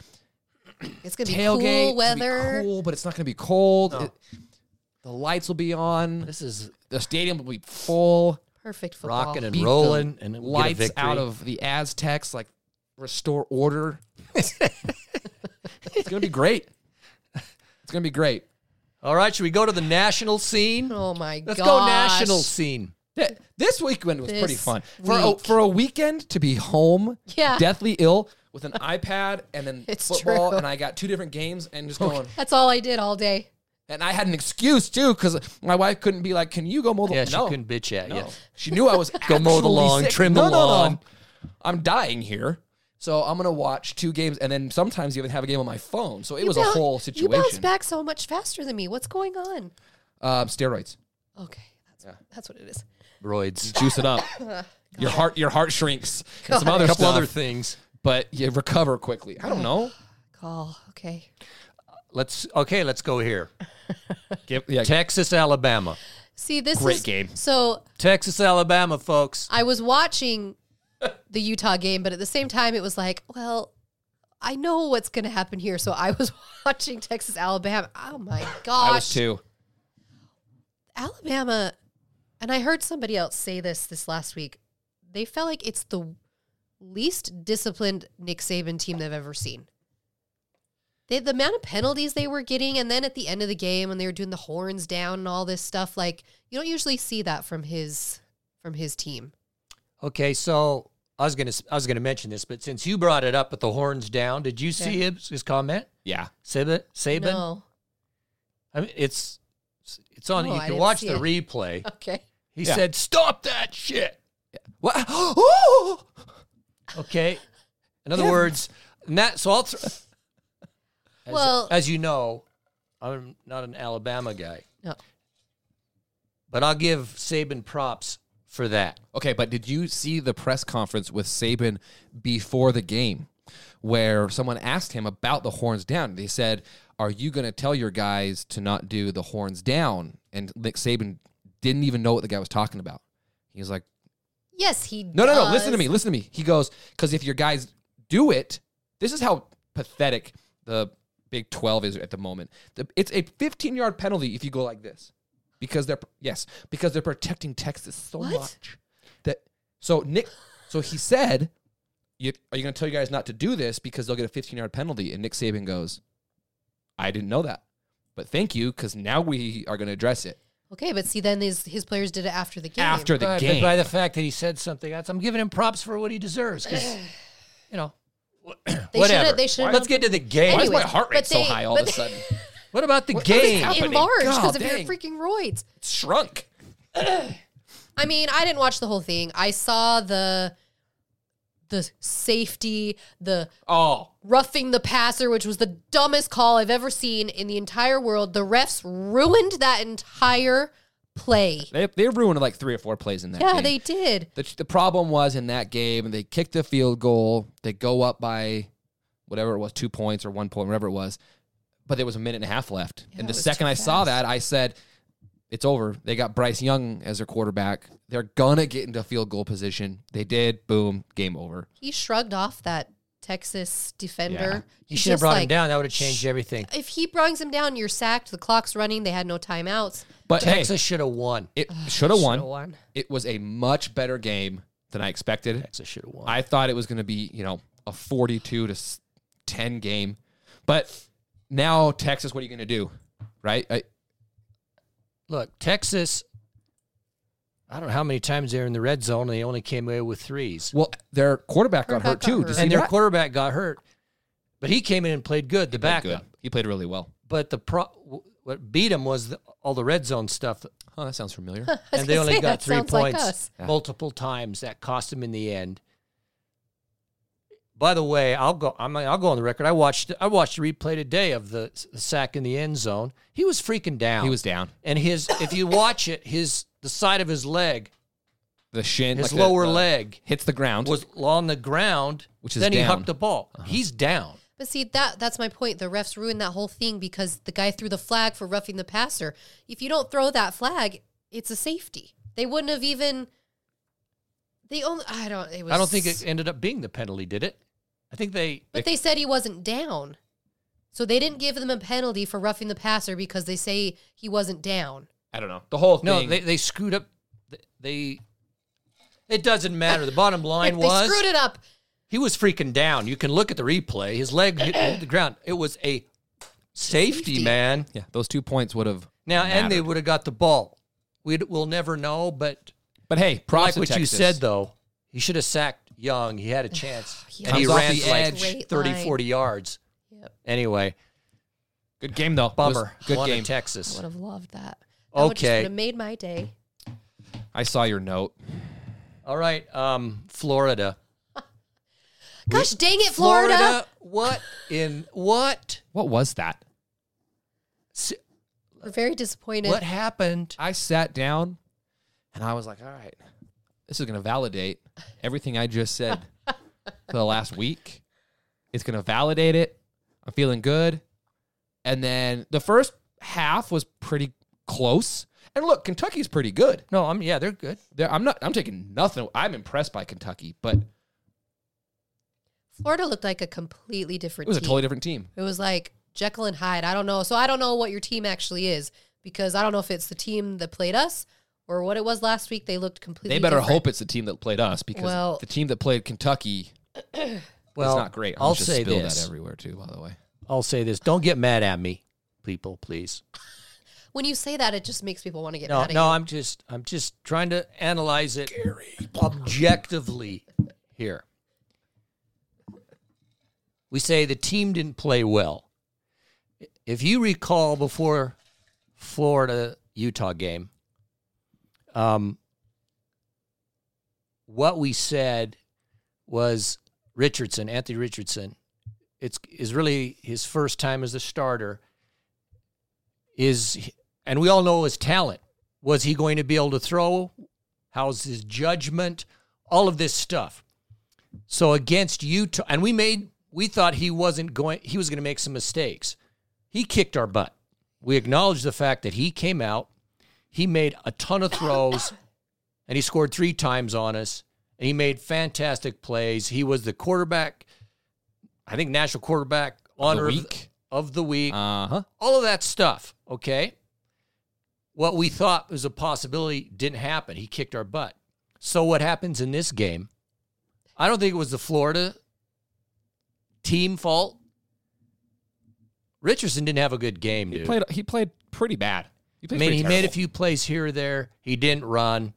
Speaker 3: It's going to be
Speaker 2: tailgate.
Speaker 3: cool
Speaker 2: it's gonna be
Speaker 3: weather.
Speaker 2: cool, but it's not going to be cold. It- the lights will be on.
Speaker 4: this is
Speaker 2: The stadium will be full.
Speaker 3: Perfect football.
Speaker 4: rocking and
Speaker 2: Beat the
Speaker 4: rolling and get a
Speaker 2: Lights
Speaker 4: victory.
Speaker 2: out of the Aztecs, like restore order. it's going to be great. It's going to be great.
Speaker 4: All right, should we go to the national scene?
Speaker 3: Oh, my god.
Speaker 4: Let's go national scene.
Speaker 2: Th- This weekend was pretty
Speaker 3: This
Speaker 2: fun for a,
Speaker 3: week.
Speaker 2: for a weekend to be home,
Speaker 3: Yeah.
Speaker 2: deathly ill with an iPad and then
Speaker 3: It's
Speaker 2: football,
Speaker 3: true.
Speaker 2: and I got two different games and
Speaker 4: Oh,
Speaker 2: just going.
Speaker 3: That's all I did all day.
Speaker 2: And I had an excuse too because my wife couldn't be like, "Can you go mow the?"
Speaker 4: Yeah, she
Speaker 2: no.
Speaker 4: couldn't bitch at you.
Speaker 2: No. She knew I was
Speaker 4: Go mow the
Speaker 2: actually
Speaker 4: lawn,
Speaker 2: sick.
Speaker 4: trim
Speaker 2: No,
Speaker 4: the
Speaker 2: no, no.
Speaker 4: lawn.
Speaker 2: I'm dying here. So I'm gonna watch two games, and then sometimes you even have a game on my phone. So it was a
Speaker 3: boun-
Speaker 2: whole
Speaker 3: You bounced
Speaker 2: situation.
Speaker 3: back so much faster than me. What's going on?
Speaker 2: Um, steroids,
Speaker 3: Okay, that's, that's what it is.
Speaker 4: Roids.
Speaker 2: juice it up. your heart, your heart shrinks. And some
Speaker 3: God.
Speaker 2: other
Speaker 4: couple
Speaker 2: stuff,
Speaker 4: other things.
Speaker 2: but you recover quickly. I don't know.
Speaker 3: Call. Okay.
Speaker 4: Let's okay. Let's go here.
Speaker 2: Give, yeah,
Speaker 4: Texas, Alabama.
Speaker 3: See, this
Speaker 2: Great
Speaker 3: is-
Speaker 2: game.
Speaker 3: So
Speaker 4: Texas, Alabama, folks.
Speaker 3: I was watching the Utah game, but at the same time, it was like, well, I know what's going to happen here. So I was watching Texas, Alabama. Oh my gosh.
Speaker 2: I was too.
Speaker 3: Alabama, and I heard somebody else say this this last week. They felt like it's the least disciplined Nick Saban team they've ever seen. They, the amount of penalties they were getting, and then at the end of the game when they were doing the horns down and all this stuff, like you don't usually see that from his from his team.
Speaker 4: Okay, so I was gonna I was gonna mention this, but since you brought it up with the horns down, did you see his, his comment?
Speaker 2: Yeah,
Speaker 4: Saban, Saban.
Speaker 3: No,
Speaker 4: I mean, it's it's on.
Speaker 3: No,
Speaker 4: you
Speaker 3: I
Speaker 4: can
Speaker 3: didn't
Speaker 4: watch
Speaker 3: see
Speaker 4: the
Speaker 3: it.
Speaker 4: replay.
Speaker 3: okay,
Speaker 4: He
Speaker 2: Yeah.
Speaker 4: said, "Stop that shit."
Speaker 2: what? Ooh!
Speaker 4: Okay. In other words, and that so I'll. Th- as,
Speaker 3: Well-
Speaker 4: as you know, I'm not an Alabama guy,
Speaker 3: no,
Speaker 4: but I'll give Saban props for that.
Speaker 2: Okay, but did you see the press conference with Saban before the game where someone asked him about the horns down? They said, Are you going to tell your guys to not do the horns down? And Nick Saban didn't even know what the guy was talking about. He was like,
Speaker 3: Yes, he.
Speaker 2: No, no, no. Listen to
Speaker 3: does.
Speaker 2: me. Listen to me. He goes, Because if your guys do it, this is how pathetic the Big 12 is at the moment. The- It's a 15 yard penalty if you go like this because they're, yes, because they're protecting Texas so
Speaker 3: What?
Speaker 2: much that so Nick, so he said, you, "Are you going to tell you guys not to do this because they'll get a 15 yard penalty?" And Nick Saban goes, "I didn't know that, but thank you because now we are going to address it
Speaker 3: Okay, but see, then his his players did it after the game.
Speaker 2: after the
Speaker 4: Right, but
Speaker 2: game."
Speaker 4: by the fact that he said something, that's, I'm giving him props for what he deserves. 'cause, you know,
Speaker 3: they
Speaker 4: whatever.
Speaker 3: Should've, they should.
Speaker 4: Let's get to the game.
Speaker 2: Why is
Speaker 3: Anyway,
Speaker 2: my heart
Speaker 3: but
Speaker 2: rate so
Speaker 3: they-
Speaker 2: high all
Speaker 3: but
Speaker 2: of a
Speaker 3: they-
Speaker 2: sudden?
Speaker 4: What about the game?
Speaker 2: happening?
Speaker 3: enlarged because
Speaker 2: God
Speaker 3: of your
Speaker 2: dang.
Speaker 3: freaking roids.
Speaker 2: It's shrunk.
Speaker 3: I mean, I didn't watch the whole thing. I saw the the safety, the
Speaker 2: Oh,
Speaker 3: roughing the passer, which was the dumbest call I've ever seen in the entire world. The refs ruined that entire play.
Speaker 2: they they ruined like three or four plays in that.
Speaker 3: Yeah,
Speaker 2: game.
Speaker 3: they did.
Speaker 2: The, the problem was in that game, they kicked the field goal. They go up by whatever it was, two points or one point, whatever it was. But there was a minute and a half left. and the
Speaker 3: it was
Speaker 2: second
Speaker 3: too
Speaker 2: I saw
Speaker 3: fast.
Speaker 2: that, I said, it's over. They got Bryce Young as their quarterback. They're going to get into field goal position. They did. Boom. Game over.
Speaker 3: He shrugged off that Texas defender.
Speaker 4: You
Speaker 3: He's
Speaker 4: should have
Speaker 3: just
Speaker 4: brought him
Speaker 3: like,
Speaker 4: down. That would have changed everything.
Speaker 3: If he brings him down, you're sacked. The clock's running. They had no timeouts.
Speaker 2: But hey,
Speaker 4: Texas should have won.
Speaker 2: it should have won.
Speaker 3: One.
Speaker 2: It was a much better game than I expected.
Speaker 4: Texas should have won.
Speaker 2: I thought it was going to be, you know, a 42 to s- 10 game. But now, Texas, what are you going to do? Right? I,
Speaker 4: Look, Texas. I don't know how many times they were in the red zone and they only came away with threes.
Speaker 2: Well, their quarterback got hurt
Speaker 3: Quarterback
Speaker 2: too. Did you
Speaker 3: got hurt.
Speaker 2: see
Speaker 4: And their
Speaker 2: that?
Speaker 4: quarterback got hurt, but he came in and played good. The
Speaker 2: He played
Speaker 4: backup,
Speaker 2: good. He played really well.
Speaker 4: but the pro, what beat him was the, all the red zone stuff,
Speaker 2: Oh, that sounds familiar.
Speaker 3: was
Speaker 4: and they
Speaker 3: gonna
Speaker 4: only
Speaker 3: say,
Speaker 4: got
Speaker 3: that
Speaker 4: three
Speaker 3: sounds like
Speaker 4: points
Speaker 3: us.
Speaker 2: Yeah.
Speaker 4: multiple times. That cost him in the end. By the way, I'll go. I'm, I'll go on the record. I watched. I watched a replay today of the, s- the sack in the end zone. He was freaking down.
Speaker 2: he was down.
Speaker 4: and his if you watch it, his the side of his leg,
Speaker 2: The shin,
Speaker 4: his
Speaker 2: like the-
Speaker 4: lower
Speaker 2: the-
Speaker 4: leg
Speaker 2: hits the ground.
Speaker 4: was on the ground.
Speaker 2: Which is
Speaker 4: then he
Speaker 2: down. Uh-huh.
Speaker 4: hucked the ball. He's down.
Speaker 3: But see that that's my point. The refs ruined that whole thing because the guy threw the flag for roughing the passer. If you don't throw that flag, it's a safety. They wouldn't have even they only I don't it was
Speaker 4: I don't think it ended up being the penalty, did it? I think they.
Speaker 3: But they said he wasn't down. So they didn't give them a penalty for roughing the passer because they say he wasn't down.
Speaker 2: I don't know. The whole thing.
Speaker 4: No, they, they screwed up. They. It doesn't matter. The bottom line
Speaker 3: they
Speaker 4: was
Speaker 3: screwed it up.
Speaker 4: he was freaking down. You can look at the replay. His leg hit the ground. It was a safety,
Speaker 3: Safety.
Speaker 4: man.
Speaker 2: yeah, those two points would have.
Speaker 4: Now, and they
Speaker 2: Mattered.
Speaker 4: would have got the ball. We'd, we'll never know, but
Speaker 2: But hey, props
Speaker 4: like
Speaker 2: to
Speaker 4: what you
Speaker 2: Texas.
Speaker 4: said though he should have sacked young he had a chance
Speaker 3: Yeah.
Speaker 4: and he
Speaker 2: Comes off
Speaker 4: ran
Speaker 2: the
Speaker 4: for like
Speaker 2: edge.
Speaker 3: Straight
Speaker 4: 30
Speaker 3: line.
Speaker 4: 40 yards
Speaker 3: Yep.
Speaker 4: anyway
Speaker 2: Good game though.
Speaker 4: bummer
Speaker 2: It was Good
Speaker 4: One to
Speaker 2: game.
Speaker 3: I
Speaker 4: texas
Speaker 3: would have loved that. That would just
Speaker 4: Okay.
Speaker 3: would have made my day.
Speaker 2: I saw your note.
Speaker 4: all right um florida
Speaker 3: Gosh dang it, Florida.
Speaker 4: what in what
Speaker 2: What was that?
Speaker 4: s-
Speaker 3: We're very disappointed.
Speaker 4: what happened
Speaker 2: I sat down and I was like, all right, this is going to validate everything I just said for the last week. It's going to validate it. I'm feeling good. And then the first half was pretty close. And look, Kentucky's pretty good.
Speaker 4: no i'm yeah they're good
Speaker 2: They're, I'm not. I'm taking nothing. I'm impressed by Kentucky, but it
Speaker 3: Florida looked like a completely different
Speaker 2: was a
Speaker 3: team.
Speaker 2: totally different team.
Speaker 3: It was like Jekyll and Hyde. I don't know. So I don't know what your team actually is because I don't know if it's the team that played us or what it was last week. They looked completely.
Speaker 2: They better
Speaker 3: different.
Speaker 2: hope it's the team that played us because
Speaker 3: Well-
Speaker 2: the team that played Kentucky
Speaker 4: well
Speaker 2: is not great. I'm
Speaker 4: i'll
Speaker 2: just
Speaker 4: say
Speaker 2: spill
Speaker 4: this
Speaker 2: that everywhere too. By the way,
Speaker 4: i'll say this don't get mad at me people please
Speaker 3: When you say that, it just makes people want to get
Speaker 4: no
Speaker 3: mad at
Speaker 4: no
Speaker 3: you.
Speaker 4: i'm just i'm just trying to analyze it objectively here we say the team didn't play well if you recall before florida utah game um, what we said was richardson anthony richardson it's is really his first time as a starter is and we all know his talent was he going to be able to throw How's his judgment? All of this stuff. So against Utah, and we made we thought he wasn't going. He was going to make some mistakes. He kicked our butt. We acknowledge the fact that he came out. He made a ton of throws, and he scored three times on us. And he made fantastic plays. He was the quarterback. I think national quarterback honor of the
Speaker 2: week?
Speaker 4: Of the week
Speaker 2: Uh huh.
Speaker 4: all of that stuff. Okay. What we thought was a possibility didn't happen. He kicked our butt. So what happens in this game? I don't think it was the Florida team fault. Richardson didn't have a good game, dude.
Speaker 2: He played. He played pretty bad.
Speaker 4: I
Speaker 2: He played
Speaker 4: mean,
Speaker 2: pretty
Speaker 4: he made a
Speaker 2: terrible.
Speaker 4: few plays here or there. He didn't run,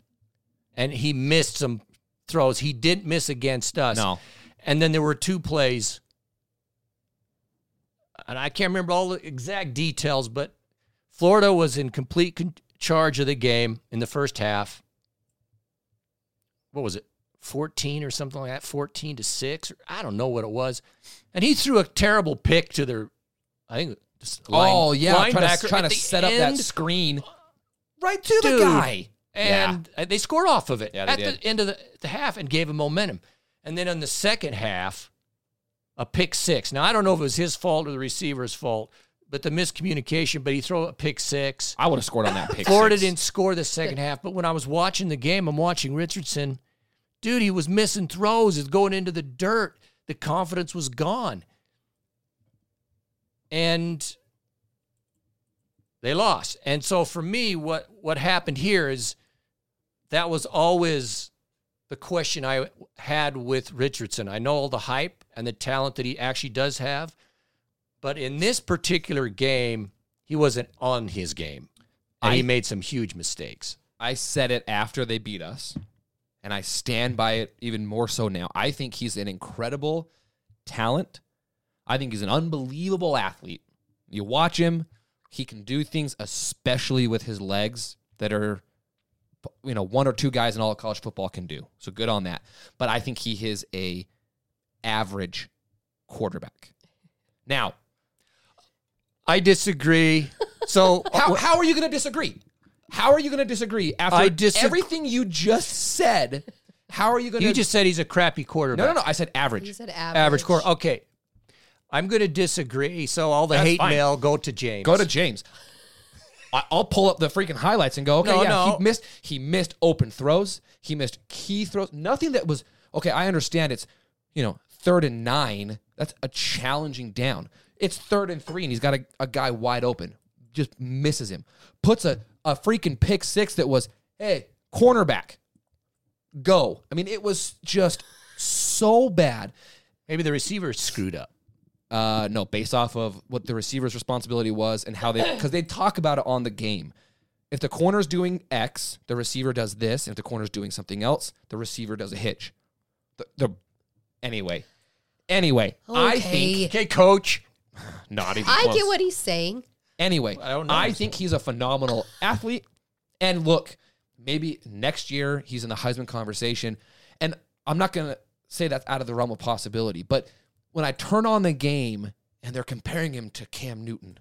Speaker 4: and he missed some throws. He didn't miss against us.
Speaker 2: No.
Speaker 4: And then there were two plays, and I can't remember all the exact details, but Florida was in complete con- charge of the game in the first half. What was it? 14 or something like that, 14 to 6. Or, I don't know what it was. And he threw a terrible pick to their, I think, just line-
Speaker 2: Oh yeah, trying
Speaker 4: linebacker
Speaker 2: to, trying
Speaker 4: at
Speaker 2: to
Speaker 4: the
Speaker 2: set up that
Speaker 4: end
Speaker 2: screen.
Speaker 4: right to
Speaker 2: Dude.
Speaker 4: the guy. And uh, they scored off of it
Speaker 2: Yeah, they
Speaker 4: at
Speaker 2: did.
Speaker 4: the end of the, the half and gave him momentum. And then in the second half, a pick six. Now, I don't know if it was his fault or the receiver's fault, but the miscommunication, but he threw a pick six.
Speaker 2: I would have scored on that pick.
Speaker 4: Florida
Speaker 2: six.
Speaker 4: didn't score the second half, but when I was watching the game, I'm watching Richardson. Dude, he was missing throws. It's going into the dirt. The confidence was gone. And they lost. And so for me, what what happened here is that was always the question I had with Richardson. I know all the hype and the talent that he actually does have, but in this particular game, he wasn't on his game. And he
Speaker 2: I-
Speaker 4: made some huge mistakes.
Speaker 2: I said it after they beat us, and I stand by it even more so now. I think he's an incredible talent. I think he's an unbelievable athlete. You watch him, he can do things, especially with his legs that are, you know, one or two guys in all of college football can do. So good on that. But I think he is a average quarterback. Now,
Speaker 4: I disagree. So uh,
Speaker 2: How, how are you going to disagree? How are you going to disagree after
Speaker 4: I disag-
Speaker 2: everything you just said? How are you going to?
Speaker 4: you just said he's a crappy
Speaker 2: no,
Speaker 4: quarterback.
Speaker 2: no, no. I said
Speaker 3: He
Speaker 2: average.
Speaker 3: said average.
Speaker 4: Average Oh, quarter. Okay. I'm going to disagree. So all the
Speaker 2: That's
Speaker 4: hate
Speaker 2: fine.
Speaker 4: mail go to James.
Speaker 2: Go to James. I, I'll pull up the freaking highlights and go. Okay,
Speaker 4: No,
Speaker 2: yeah,
Speaker 4: no.
Speaker 2: he missed. He missed open throws. He missed key throws. Nothing that was okay. I understand it's you know third and nine. That's a challenging down. It's third and three, and he's got a, a guy wide open. Just misses him. Puts a a freaking pick six that was hey cornerback. go. I mean, it was just so bad.
Speaker 4: Maybe the receiver screwed up.
Speaker 2: Uh, no, based off of what the receiver's responsibility was and how they, because they talk about it on the game. If the corner's doing X, the receiver does this. If the corner's doing something else, the receiver does a hitch. The, the anyway, anyway, I
Speaker 3: Okay.
Speaker 2: think
Speaker 4: Okay, coach.
Speaker 2: not even.
Speaker 3: I
Speaker 2: close.
Speaker 3: get what he's saying.
Speaker 2: Anyway, I,
Speaker 4: don't know.
Speaker 2: think he's a phenomenal athlete. And look, maybe next year he's in the Heisman conversation. And I'm not going to say that's out of the realm of possibility. But when I turn on the game and they're comparing him to Cam Newton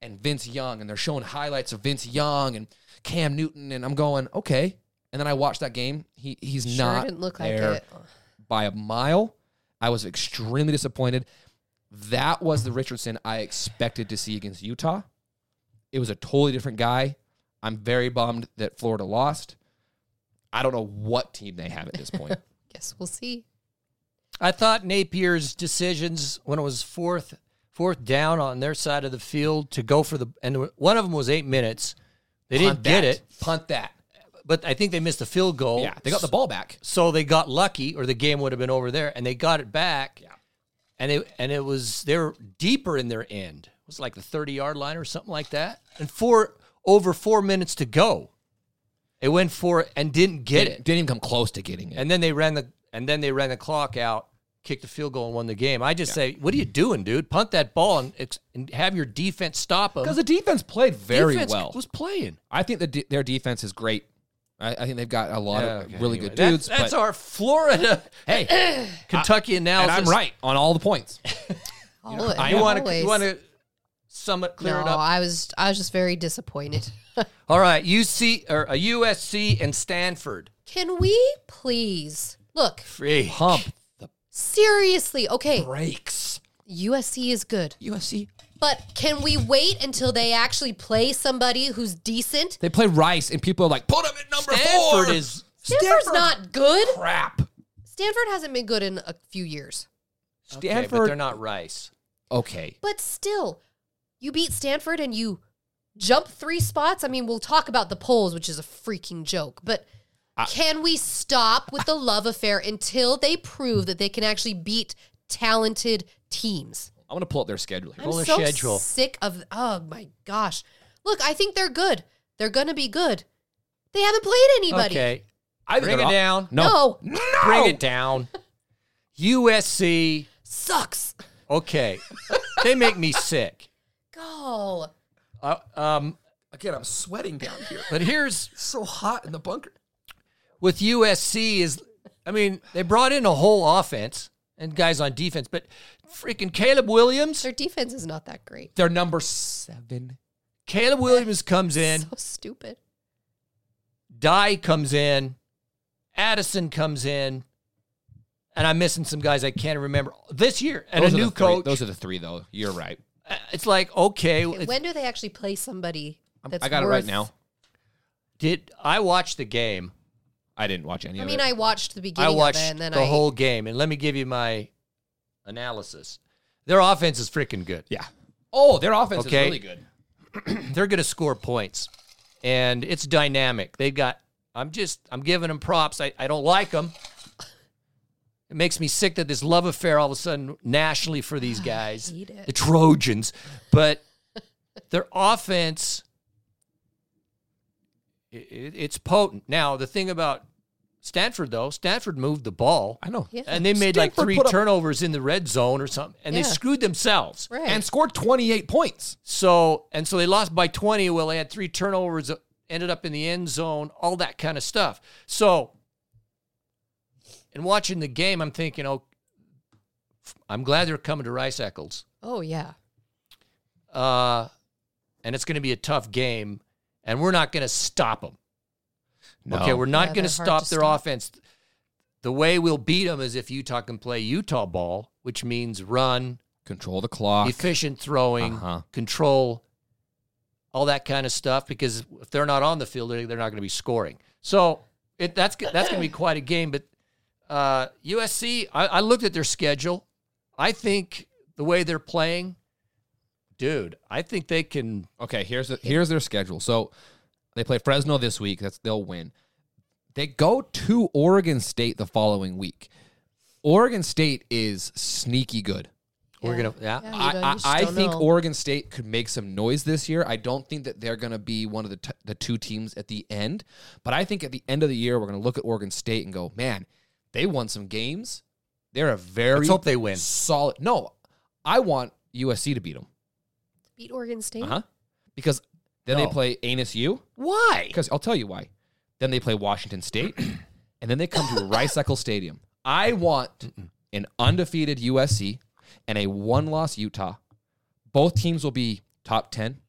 Speaker 2: and Vince Young, and they're showing highlights of Vince Young and Cam Newton, and I'm going, okay. And then I watch that game. He he's
Speaker 3: Sure
Speaker 2: not
Speaker 3: didn't look like
Speaker 2: there
Speaker 3: it.
Speaker 2: by a mile. I was extremely disappointed. That was the Richardson I expected to see against Utah. It was a totally different guy. I'm very bummed that Florida lost. I don't know what team they have at this point.
Speaker 3: Guess we'll see.
Speaker 4: I thought Napier's decisions when it was fourth fourth down on their side of the field to go for the and one of them was eight minutes. They didn't
Speaker 2: Punt
Speaker 4: get
Speaker 2: that.
Speaker 4: it, Oh,
Speaker 2: Punt that.
Speaker 4: but I think they missed the field goal.
Speaker 2: Yeah, they got the ball back.
Speaker 4: So they got lucky, or the game would have been over there, and they got it back. Yeah. And they and it was they're deeper in their end. It was like the thirty yard line or something like that. And four over four minutes to go. They went for it and didn't get it.
Speaker 2: Didn't even come close to getting it.
Speaker 4: And then they ran the and then they ran the clock out, kicked the field goal, and won the game. I just say, what are you doing, dude? Punt that ball and, ex- and have your defense stop them.
Speaker 2: Because the defense played very
Speaker 4: defense
Speaker 2: well.
Speaker 4: was playing.
Speaker 2: I think that de- their defense is great. I, I think they've got a lot of
Speaker 4: Okay,
Speaker 2: really
Speaker 4: anyway,
Speaker 2: good
Speaker 4: that's-
Speaker 2: dudes.
Speaker 4: That's,
Speaker 2: but,
Speaker 4: our Florida,
Speaker 2: hey,
Speaker 4: Kentucky analysis.
Speaker 2: and I'm right on all the poinks.
Speaker 3: All it,
Speaker 2: I
Speaker 4: You want to
Speaker 3: always.
Speaker 4: you want to Summit clear
Speaker 3: no,
Speaker 4: it up?
Speaker 3: I was I was just very disappointed.
Speaker 4: All right, UC or uh, USC and Stanford.
Speaker 3: Can we please look
Speaker 4: Free
Speaker 2: Pump the
Speaker 3: seriously? Okay,
Speaker 4: breaks.
Speaker 3: USC is good,
Speaker 4: USC.
Speaker 3: but can we wait until they actually play somebody who's decent?
Speaker 2: They play Rice, and people are like, put him at number
Speaker 4: Stanford
Speaker 2: four.
Speaker 4: is
Speaker 3: Stanford's not good.
Speaker 2: crap.
Speaker 3: Stanford hasn't been good in a few years,
Speaker 4: Stanford, but
Speaker 2: Stanford-
Speaker 4: they're not Rice.
Speaker 2: Okay.
Speaker 3: but still, you beat Stanford and you jump three spots. I mean, we'll talk about the polls, which is a freaking joke, but. can we stop with the love affair until they prove that they can actually beat talented teams?
Speaker 2: I'm gonna pull up their schedule here.
Speaker 3: I'm
Speaker 4: Roll the
Speaker 3: so
Speaker 4: schedule.
Speaker 3: sick of. Oh my gosh! Look, I think they're good. They're gonna be good. They haven't played anybody.
Speaker 4: Okay,
Speaker 2: I
Speaker 4: bring it
Speaker 2: they're-
Speaker 4: down.
Speaker 2: No.
Speaker 3: No.
Speaker 4: bring it down. USC.
Speaker 3: Sucks.
Speaker 4: Okay, they make me sick.
Speaker 3: Go.
Speaker 4: Uh, um,
Speaker 1: Again, I'm sweating down here.
Speaker 4: but here's
Speaker 1: It's so hot in the bunker.
Speaker 4: with USC is, I mean, they brought in a whole offense and guys on defense, but freaking Caleb Williams.
Speaker 3: Their defense is not that great.
Speaker 2: They're number seven.
Speaker 4: Caleb Williams comes in.
Speaker 3: so stupid.
Speaker 4: Dye comes in, Addison comes in, and I'm missing some guys I can't remember this year. And
Speaker 2: Those
Speaker 4: a
Speaker 2: are the
Speaker 4: new
Speaker 2: three-
Speaker 4: coach.
Speaker 2: Those are the three, though. You're right.
Speaker 4: Uh, it's like okay, it's- Um,
Speaker 3: when do they actually play somebody?
Speaker 2: I'm-
Speaker 3: That's
Speaker 2: I got it
Speaker 3: worth-
Speaker 2: right now.
Speaker 4: did I watch the game?
Speaker 2: I didn't watch any
Speaker 3: I
Speaker 2: of
Speaker 3: mean,
Speaker 2: it.
Speaker 3: I watched the
Speaker 4: I
Speaker 3: beginning
Speaker 4: watched
Speaker 3: of it, and then
Speaker 4: the
Speaker 3: I
Speaker 4: whole game, and let me give you my analysis. Their offense is freaking good.
Speaker 2: yeah. Oh, their offense
Speaker 4: Okay.
Speaker 2: is really good.
Speaker 4: They're going to score points, and it's dynamic. They've got. I'm just. I'm giving them props. I, I don't like them. It makes me sick that this love affair all of a sudden nationally for these guys,
Speaker 3: hate it.
Speaker 4: the Trojans, but their offense. i- i it's potent. Now the thing about Stanford though, Stanford moved the ball.
Speaker 2: I know.
Speaker 3: Yeah.
Speaker 4: and they made like
Speaker 2: Stanford
Speaker 4: three
Speaker 2: put up-
Speaker 4: turnovers in the red zone or something, and they
Speaker 3: Yeah.
Speaker 4: screwed themselves.
Speaker 3: right.
Speaker 2: And scored 28 points.
Speaker 4: So and so they lost by twenty. Well, they had three turnovers, uh, ended up in the end zone, all that kind of stuff. So, and watching the game, I'm thinking, oh, I'm glad they're coming to Rice Eccles,
Speaker 3: oh yeah.
Speaker 4: uh, and it's going to be a tough game, and we're not going to stop them. Okay, we're not
Speaker 3: Yeah,
Speaker 4: going to
Speaker 3: they're hard
Speaker 4: stop
Speaker 3: to
Speaker 4: their
Speaker 3: stop.
Speaker 4: offense. The way we'll beat them is if Utah can play Utah ball, which means run,
Speaker 2: control the clock.
Speaker 4: efficient throwing,
Speaker 2: Uh-huh.
Speaker 4: control, all that kind of stuff. Because if they're not on the field, they're they're not going to be scoring. So it, that's that's going to be quite a game. But uh, USC, I, I looked at their schedule. I think the way they're playing, dude, I think they can.
Speaker 2: Okay, here's the, here's their schedule. So they play Fresno this week. That's they'll win. They go to Oregon State the following week. Oregon State is sneaky good.
Speaker 4: We're gonna, yeah.
Speaker 3: Yeah, you don't- you
Speaker 2: I,
Speaker 3: just
Speaker 2: I, I
Speaker 3: don't
Speaker 2: think
Speaker 3: know.
Speaker 2: Oregon State could make some noise this year. I don't think that they're going to be one of the t- the two teams at the end, but I think at the end of the year we're going to look at Oregon State and go, man, they won some games. They're a very
Speaker 4: Let's hope they win.
Speaker 2: solid. No, I want USC to beat them.
Speaker 3: beat Oregon State.
Speaker 2: Uh
Speaker 4: Uh-huh.
Speaker 2: huh. Because then
Speaker 4: No.
Speaker 2: they play Anus U.
Speaker 4: Why?
Speaker 2: Because I'll tell you why. Then they play Washington State, and then they come to Rice Eccles Stadium. I want an undefeated USC and a one-loss Utah. Both teams will be top ten,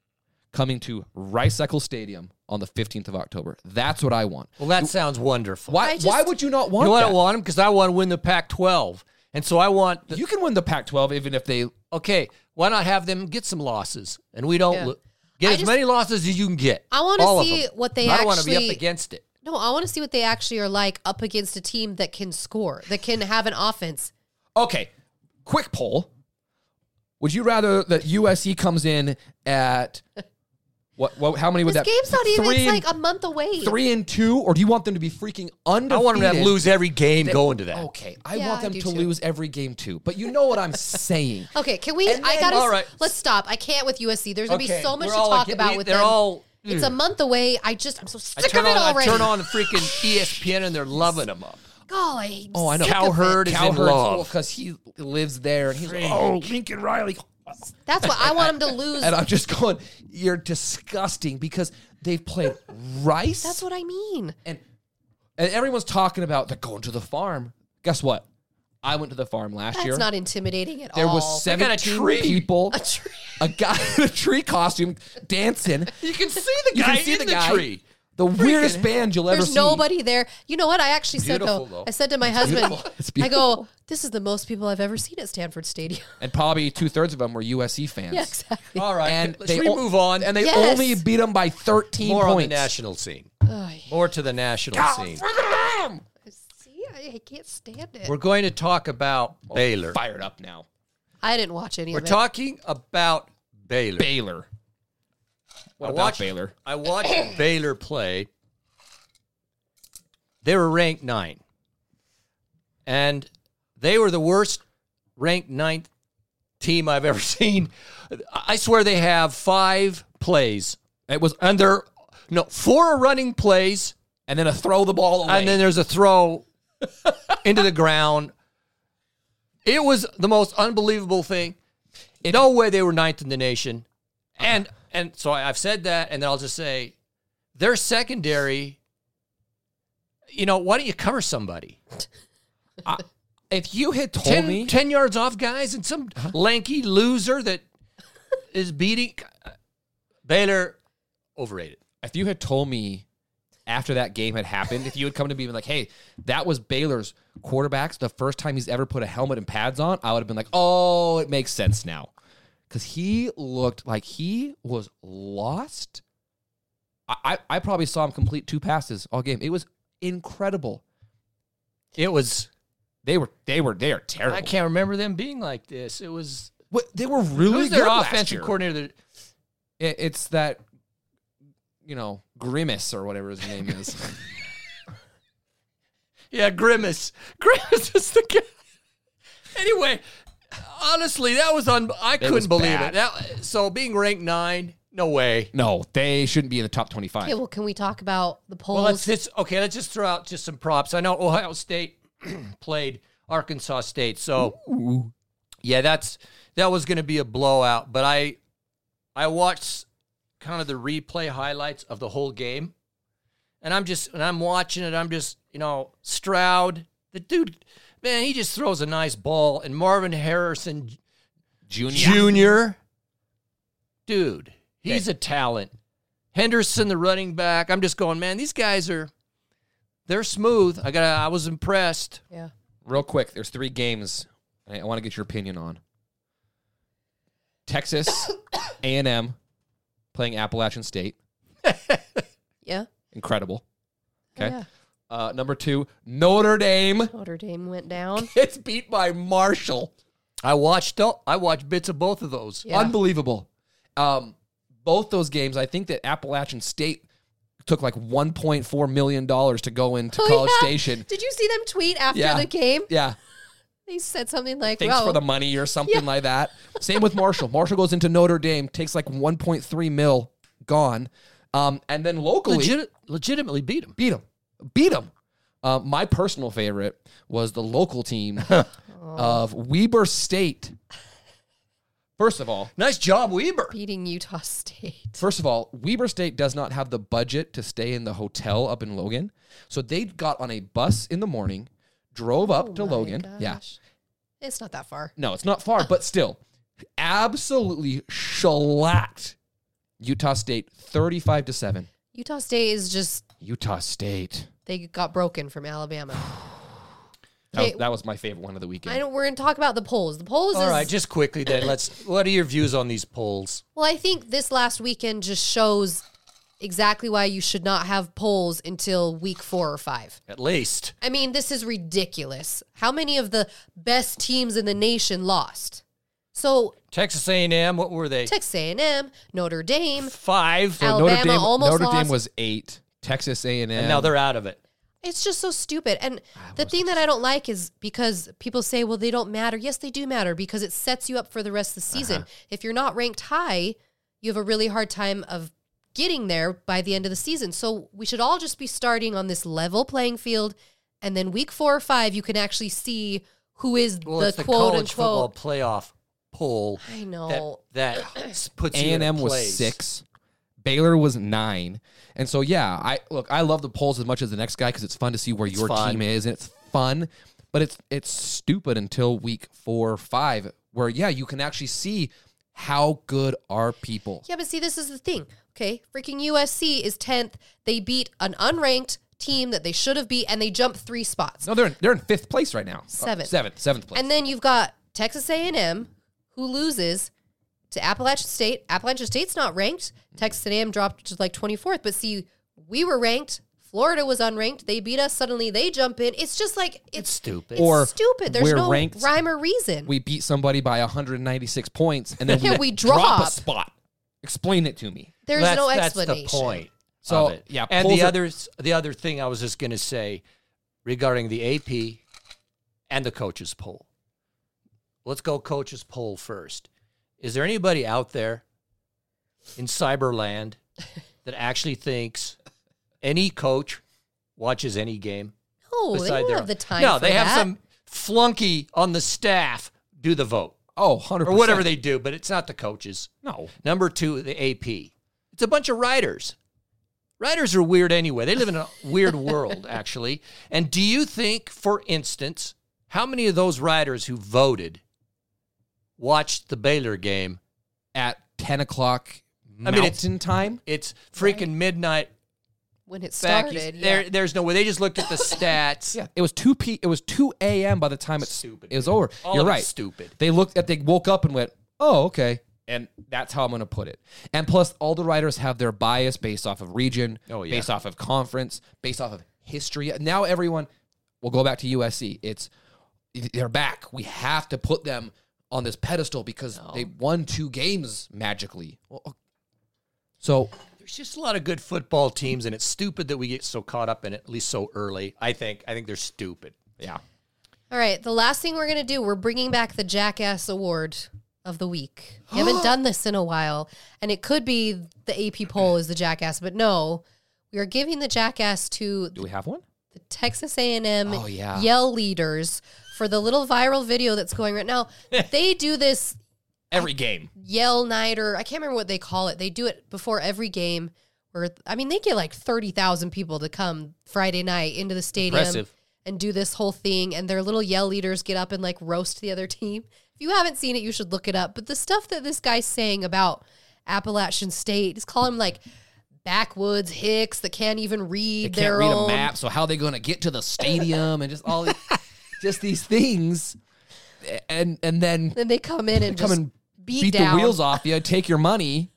Speaker 2: coming to Rice Eccles Stadium on the fifteenth of October. That's what I want.
Speaker 4: Well, that sounds wonderful.
Speaker 2: Why?
Speaker 3: I just-
Speaker 2: why would you not
Speaker 4: You
Speaker 2: want
Speaker 4: know what I
Speaker 2: that?
Speaker 4: want them because I want to win the Pac-12, and so I want. The,
Speaker 2: You can win the Pac-12 even if they.
Speaker 4: okay, why not have them get some losses, and we don't
Speaker 3: Yeah.
Speaker 4: lo- get
Speaker 3: I
Speaker 4: as
Speaker 3: just-
Speaker 4: many losses as you can get.
Speaker 3: I wanna
Speaker 4: All of
Speaker 3: see
Speaker 4: them.
Speaker 3: what they
Speaker 4: I don't wanna be
Speaker 3: actually-
Speaker 4: up against it.
Speaker 3: No, I want to see what they actually are like up against a team that can score, that can have an offense.
Speaker 2: Okay, quick poll. Would you rather that USC comes in at what? what how many would
Speaker 3: This
Speaker 2: that?
Speaker 3: game's not even,
Speaker 2: three
Speaker 3: it's
Speaker 2: and-
Speaker 3: like a month away.
Speaker 2: three and two, or do you want them to be freaking
Speaker 4: I
Speaker 2: undefeated?
Speaker 4: want them to lose every game going to that.
Speaker 2: Okay, I
Speaker 3: Yeah,
Speaker 2: want
Speaker 3: I
Speaker 2: them
Speaker 3: do
Speaker 2: to
Speaker 3: too.
Speaker 2: lose every game too. But you know what I'm saying.
Speaker 3: Okay, can we?
Speaker 4: And
Speaker 3: I
Speaker 4: then-
Speaker 3: gotta.
Speaker 4: all right.
Speaker 3: Let's stop. I can't with USC. There's gonna
Speaker 4: Okay,
Speaker 3: be so much
Speaker 4: we're
Speaker 3: to
Speaker 4: all
Speaker 3: talk
Speaker 4: aga-
Speaker 3: about
Speaker 4: we-
Speaker 3: with
Speaker 4: they're
Speaker 3: them.
Speaker 4: all-
Speaker 3: it's a month away. I just I'm so
Speaker 4: I
Speaker 3: sick
Speaker 4: turn,
Speaker 3: of
Speaker 4: on,
Speaker 3: it
Speaker 4: I
Speaker 3: already.
Speaker 4: turn on the freaking E ESPN, and they're loving them up.
Speaker 3: Golly, I'm
Speaker 2: Oh, I know.
Speaker 3: sick of
Speaker 4: Cowherd
Speaker 3: it.
Speaker 4: is in
Speaker 2: Cowherd's
Speaker 4: love.
Speaker 2: because he lives there, and he's like,
Speaker 4: Freak.
Speaker 2: oh Lincoln Riley,
Speaker 3: That's what I want them to lose.
Speaker 2: and I'm just going, you're disgusting because they've played Rice.
Speaker 3: That's what I mean.
Speaker 2: and and everyone's talking about they're going to the farm. Guess what? I went to the farm last
Speaker 3: That's
Speaker 2: year.
Speaker 3: not intimidating at
Speaker 2: there
Speaker 3: all.
Speaker 2: was
Speaker 4: They got a
Speaker 2: 17
Speaker 4: tree.
Speaker 2: people,
Speaker 3: a tree.
Speaker 2: a guy in a tree costume dancing.
Speaker 4: You can see the
Speaker 2: You
Speaker 4: guy
Speaker 2: can see
Speaker 4: in
Speaker 2: the
Speaker 4: the,
Speaker 2: guy.
Speaker 4: tree.
Speaker 2: The weirdest band you'll ever
Speaker 3: There's
Speaker 2: see.
Speaker 3: nobody there. You know what? I actually
Speaker 4: Beautiful,
Speaker 3: said though.
Speaker 4: though.
Speaker 3: I said to my husband,
Speaker 2: beautiful. It's
Speaker 3: I
Speaker 2: beautiful.
Speaker 3: go, "This is the most people I've ever seen at Stanford Stadium."
Speaker 2: And probably two thirds of them were USC fans.
Speaker 3: yeah, exactly.
Speaker 4: All right,
Speaker 2: And
Speaker 4: let's
Speaker 2: they
Speaker 4: we
Speaker 2: o-
Speaker 4: move on.
Speaker 2: And they
Speaker 3: Yes.
Speaker 2: only beat them by 13
Speaker 4: more on the
Speaker 2: points.
Speaker 4: national scene.
Speaker 3: Ugh.
Speaker 4: More to the national scene.
Speaker 3: See, I, I can't stand it.
Speaker 4: We're going to talk about Baylor.
Speaker 2: Fired up now.
Speaker 3: I didn't watch any
Speaker 4: We're
Speaker 3: of it.
Speaker 4: talking about Baylor.
Speaker 2: Baylor. What
Speaker 4: I
Speaker 2: about
Speaker 4: watched,
Speaker 2: Baylor?
Speaker 4: I watched Baylor play. They were ranked nine. And they were the worst ranked ninth team I've ever seen. I swear they have five plays.
Speaker 2: It was,
Speaker 4: And they're, no, four are running plays.
Speaker 2: and then a throw the ball away.
Speaker 4: And then there's a throw into the ground. It was the most unbelievable thing. no way they were ninth in the nation. And and so I, I've said that, and then I'll just say their secondary. You know, why don't you cover somebody?
Speaker 2: if you had told
Speaker 4: Ten,
Speaker 2: me,
Speaker 4: ten yards off, guys, and some lanky loser that is beating uh, Baylor overrated.
Speaker 2: if you had told me after that game had happened, if you had come to me and been like, hey, that was Baylor's quarterback's the first time he's ever put a helmet and pads on, I would have been like, oh, it makes sense now. Because he looked like he was lost. I, I, I probably saw him complete two passes all game. It was incredible.
Speaker 4: It was.
Speaker 2: They were they were they are terrible.
Speaker 4: I can't remember them being like this. It was.
Speaker 2: What, they were
Speaker 4: Who's
Speaker 2: really
Speaker 4: their
Speaker 2: good last
Speaker 4: offensive
Speaker 2: year.
Speaker 4: coordinator? that-
Speaker 2: It, it's that you know grimace or whatever his name is.
Speaker 4: Yeah, Grimace. Grimace is the guy. Anyway, honestly, that was un- I couldn't
Speaker 2: was
Speaker 4: believe
Speaker 2: bad.
Speaker 4: it. That, so being ranked nine, no way.
Speaker 2: no, they shouldn't be in the top twenty five.
Speaker 3: Okay, well, can we talk about the polls?
Speaker 4: Well, let's just okay. Let's just throw out just some props. I know Ohio State played Arkansas State, so yeah, that's that was going to be a blowout. But I I watched kind of the replay highlights of the whole game, and I'm just and I'm watching it. I'm just you know Stroud, the dude, man, he just throws a nice ball, and Marvin Harrison
Speaker 2: Junior.
Speaker 4: Junior. Dude, he's a talent. Henderson, the running back. I'm just going, man, these guys are they're smooth. I got I was impressed.
Speaker 3: yeah.
Speaker 2: Real quick, there's three games I, want to get your opinion on. Texas A and M playing Appalachian State.
Speaker 3: Yeah.
Speaker 2: Incredible. Okay.
Speaker 3: Oh, Yeah.
Speaker 2: Uh, number two, Notre Dame
Speaker 3: Notre Dame went down.
Speaker 2: gets beat by Marshall.
Speaker 4: I watched all- I watched bits of both of those.
Speaker 3: Yeah.
Speaker 2: Unbelievable. Um, both those games, I think that Appalachian State took like $1.4 million to go into
Speaker 3: Oh,
Speaker 2: College
Speaker 3: yeah.
Speaker 2: Station.
Speaker 3: Did you see them tweet after
Speaker 2: Yeah.
Speaker 3: the game?
Speaker 2: Yeah.
Speaker 3: They said something like,
Speaker 2: Thanks
Speaker 3: "Well,
Speaker 2: for the money or something
Speaker 3: Yeah.
Speaker 2: like that. Same with Marshall. Marshall goes into Notre Dame, takes like 1.3 mil, gone. Um, and then locally,
Speaker 4: Legit, legitimately beat them.
Speaker 2: beat them. Beat them. Uh, my personal favorite was the local team of Weber State. First of all,
Speaker 4: Nice job, Weber.
Speaker 3: beating Utah State."
Speaker 2: First of all, Weber State does not have the budget to stay in the hotel up in Logan. So they got on a bus in the morning, drove up
Speaker 3: Oh
Speaker 2: to
Speaker 3: my
Speaker 2: Logan. Yeah.
Speaker 3: gosh. It's not that far.
Speaker 2: No, it's not far, but still absolutely shellacked Utah State 35 to 7.
Speaker 3: Utah State is just
Speaker 2: Utah State.
Speaker 3: they got broken from Alabama.
Speaker 2: That, was,
Speaker 3: Okay.
Speaker 2: that was my favorite one of the weekend.
Speaker 3: I know we're going to talk about the polls. The polls
Speaker 4: All
Speaker 3: is
Speaker 4: right, just quickly then. Let's. What are your views on these polls?
Speaker 3: Well, I think this last weekend just shows exactly why you should not have polls until week 4 or 5.
Speaker 4: At least
Speaker 3: I mean, this is ridiculous. How many of the best teams in the nation lost? So
Speaker 4: Texas A&M. What were they?
Speaker 3: Texas A&M, Notre Dame.
Speaker 4: Five.
Speaker 3: Al-
Speaker 2: Notre
Speaker 3: Alabama
Speaker 2: Dame,
Speaker 3: almost
Speaker 2: Notre Dame
Speaker 3: lost.
Speaker 2: was 8, Texas A&M.
Speaker 4: and now they're out of it.
Speaker 3: It's just so stupid. And the thing that I don't like is because people say, well, they don't matter. Yes, they do matter because it sets you up for the rest of the
Speaker 4: Uh-huh.
Speaker 3: season. If you're not ranked high, you have a really hard time of getting there by the end of the season. So we should all just be starting on this level playing field. And then week four or five, you can actually see who is
Speaker 4: Well,
Speaker 3: the
Speaker 4: it's the
Speaker 3: quote
Speaker 4: college football
Speaker 3: unquote.
Speaker 4: playoff poll.
Speaker 3: I
Speaker 4: that,
Speaker 3: know.
Speaker 4: that puts you in a
Speaker 2: A&M was
Speaker 4: place.
Speaker 2: six. Baylor was nine. And so, yeah, I look, I love the polls as much as the next guy because it's fun to see where your
Speaker 4: fun.
Speaker 2: team is and it's fun. But it's it's stupid until week four or five, where yeah, you can actually see how good are people.
Speaker 3: Yeah, but see, this is the thing. Okay, freaking USC is tenth. They beat an unranked team that they should have beat, and they jump three spots.
Speaker 2: No, they're in, they're in fifth place right now.
Speaker 3: Seventh.
Speaker 2: Uh, seventh, seventh place.
Speaker 3: And then you've got Texas A&M who loses to Appalachian State. Appalachian State's not ranked. Texas A&M dropped to like 24th, but see, we were ranked. Florida was unranked. They beat us. Suddenly they jump in. It's just like
Speaker 4: It's
Speaker 3: it's,
Speaker 4: stupid.
Speaker 3: it's
Speaker 2: Or
Speaker 3: stupid. There's
Speaker 2: we're
Speaker 3: no
Speaker 2: ranked-
Speaker 3: rhyme or reason.
Speaker 2: we beat somebody by 196 points, and then
Speaker 3: Yeah,
Speaker 2: we,
Speaker 3: we
Speaker 2: drop
Speaker 3: drop.
Speaker 2: a spot. Explain it to me.
Speaker 3: There's
Speaker 4: that's,
Speaker 3: no
Speaker 4: that's
Speaker 3: explanation.
Speaker 4: the point.
Speaker 2: So,
Speaker 4: of it.
Speaker 2: yeah,
Speaker 4: and
Speaker 2: pulls
Speaker 4: the
Speaker 2: it-
Speaker 4: others, the other thing I was just going to say regarding the AP and the coaches poll. Let's go coaches poll first. Is there anybody out there in cyberland that actually thinks any coach watches any game?
Speaker 3: No, they
Speaker 4: beside
Speaker 3: don't
Speaker 4: their
Speaker 3: have the time.
Speaker 4: No,
Speaker 3: for
Speaker 4: they have
Speaker 3: that.
Speaker 4: some flunky on the staff do the vote
Speaker 2: Oh, 100
Speaker 4: or whatever they do, but it's not the coaches.
Speaker 2: No.
Speaker 4: Number two, the AP. It's a bunch of writers. Writers are weird anyway. They live in a weird world, actually. And do you think, for instance, how many of those writers who voted watched the Baylor game?
Speaker 2: At 10 o'clock
Speaker 4: I mean,
Speaker 2: mountain
Speaker 4: it's-
Speaker 2: time.
Speaker 4: It's freaking midnight.
Speaker 3: when it
Speaker 4: Back
Speaker 3: started. yeah.
Speaker 4: there, there's no way. They just looked at the stats.
Speaker 2: Yeah, it was two p. It was two a.m. by the time it's
Speaker 4: Stupid,
Speaker 2: It was
Speaker 4: dude.
Speaker 2: over.
Speaker 4: All
Speaker 2: You're
Speaker 4: of it's
Speaker 2: right.
Speaker 4: stupid.
Speaker 2: They looked at. They woke up and went, "Oh, okay." And that's how I'm going to put it. And plus, all the writers have their bias based off of region,
Speaker 4: Oh, yeah.
Speaker 2: based off of conference, based off of history. Now everyone will go back to USC. It's they're back. We have to put them on this pedestal because they won two games magically. Well, oh. So
Speaker 4: There's just a lot of good football teams, and it's stupid that we get so caught up in it, at least so early. I think. I think they're stupid.
Speaker 2: yeah,
Speaker 3: All right, the last thing we're going to do, we're bringing back the Jackass Award of the week. We haven't done this in a while, and it could be the AP poll is the Jackass, but no, we are giving the Jackass to
Speaker 2: do we have one?
Speaker 3: the Texas A&M
Speaker 2: Oh, yeah.
Speaker 3: Yell Leaders for the little viral video that's going right now. they do this
Speaker 2: Every game.
Speaker 3: Yell Night or I can't remember what they call it. They do it before every game. Where I mean, they get like thirty thousand people to come Friday night into the stadium
Speaker 4: Impressive.
Speaker 3: and do this whole thing. And their little yell leaders get up and like roast the other team. If you haven't seen it, you should look it up. But the stuff that this guy's saying about Appalachian State is call him like backwoods hicks that can't even read
Speaker 2: they
Speaker 3: their
Speaker 2: can't read
Speaker 3: own
Speaker 2: a map, so how they going to get to the stadium and just all these, just these things, and and then
Speaker 3: Then they come in and
Speaker 2: come
Speaker 3: just
Speaker 2: and
Speaker 3: beat,
Speaker 2: beat
Speaker 3: down.
Speaker 2: the wheels off you, take your money,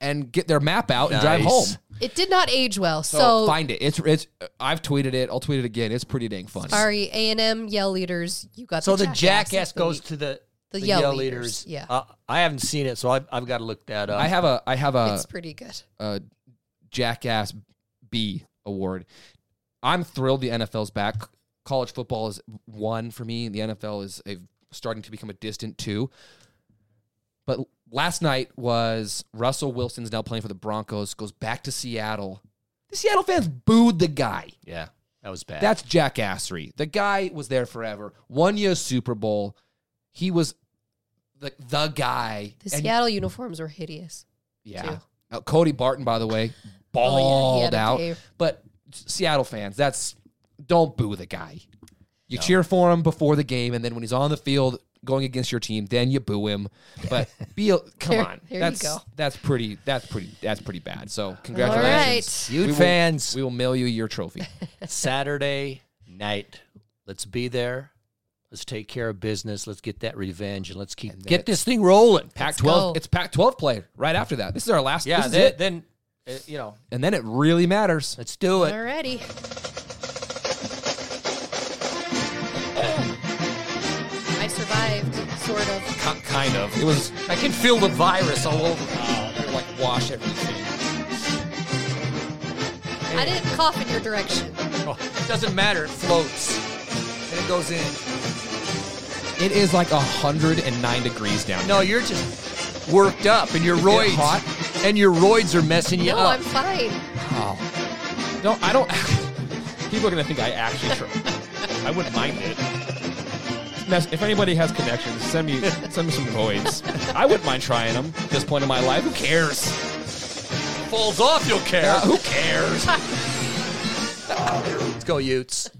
Speaker 2: and get their map out and drive
Speaker 4: Nice.
Speaker 2: home.
Speaker 3: It did not age well.
Speaker 2: So,
Speaker 3: So,
Speaker 2: find it. It's it's. I've tweeted it. I'll tweet it again. It's pretty dang fun.
Speaker 3: sorry, A and M yell leaders, you got
Speaker 4: So
Speaker 3: the
Speaker 4: the
Speaker 3: jackass,
Speaker 4: jackass,
Speaker 3: of the
Speaker 4: goes
Speaker 3: week.
Speaker 4: to the
Speaker 3: The Yell Leaders, yeah.
Speaker 4: Uh, I haven't seen it, so I've, I've got to look that up.
Speaker 2: I have a I have a,
Speaker 3: It's pretty good.
Speaker 2: a jackass B award. I'm thrilled the NFL's back. College football is one for me. The NFL is a, starting to become a distant two. But last night was Russell Wilson's now playing for the Broncos, goes back to Seattle. The Seattle fans booed the guy.
Speaker 4: yeah, that was bad.
Speaker 2: That's jackassery. The guy was there forever. One year Super Bowl. He was the, the guy.
Speaker 3: The
Speaker 2: And-
Speaker 3: Seattle uniforms were hideous.
Speaker 2: yeah.
Speaker 3: too. Oh,
Speaker 2: Now, Cody Barton, by the way, balled
Speaker 3: had a
Speaker 2: out.
Speaker 3: day.
Speaker 2: But Seattle fans, that's don't boo the guy. You cheer for him before the game, and then when he's on the field going against your team, then you boo him. But be a, come
Speaker 3: There-
Speaker 2: on,
Speaker 3: there you
Speaker 2: that's
Speaker 3: go.
Speaker 2: that's pretty that's pretty that's pretty bad. So
Speaker 3: All
Speaker 2: congratulations,
Speaker 3: right.
Speaker 4: Ute
Speaker 2: We will-
Speaker 4: fans,
Speaker 2: We will mail you your trophy.
Speaker 4: Saturday night. Let's be there. Let's take care of business. Let's get that revenge, and let's keep get this thing rolling.
Speaker 2: Pac-12,
Speaker 3: go.
Speaker 2: it's Pac-12 play right after that. This is our last.
Speaker 4: Yeah,
Speaker 2: this is
Speaker 4: then,
Speaker 2: it.
Speaker 4: then uh, you know,
Speaker 2: and then it really matters.
Speaker 4: let's do it.
Speaker 3: Alrighty. I survived, sort of.
Speaker 2: Ki- Kind of. It was
Speaker 4: I can feel the virus all over. me.
Speaker 2: uh, like wash everything.
Speaker 3: I didn't cough in your direction.
Speaker 4: Oh, it doesn't matter. It floats and it goes in.
Speaker 2: It is like 109 degrees down.
Speaker 4: No, you're just worked up, and your roids
Speaker 2: hot?
Speaker 4: and your roids are messing you
Speaker 3: No,
Speaker 4: up.
Speaker 3: I'm fine.
Speaker 2: Oh. No, I don't. People are going to think I actually. I wouldn't mind it. If anybody has connections, send me send me some voids. I wouldn't mind trying them at this point in my life. Who cares? Uh,
Speaker 4: falls off, you'll care.
Speaker 2: who cares?
Speaker 4: Let's go, Utes.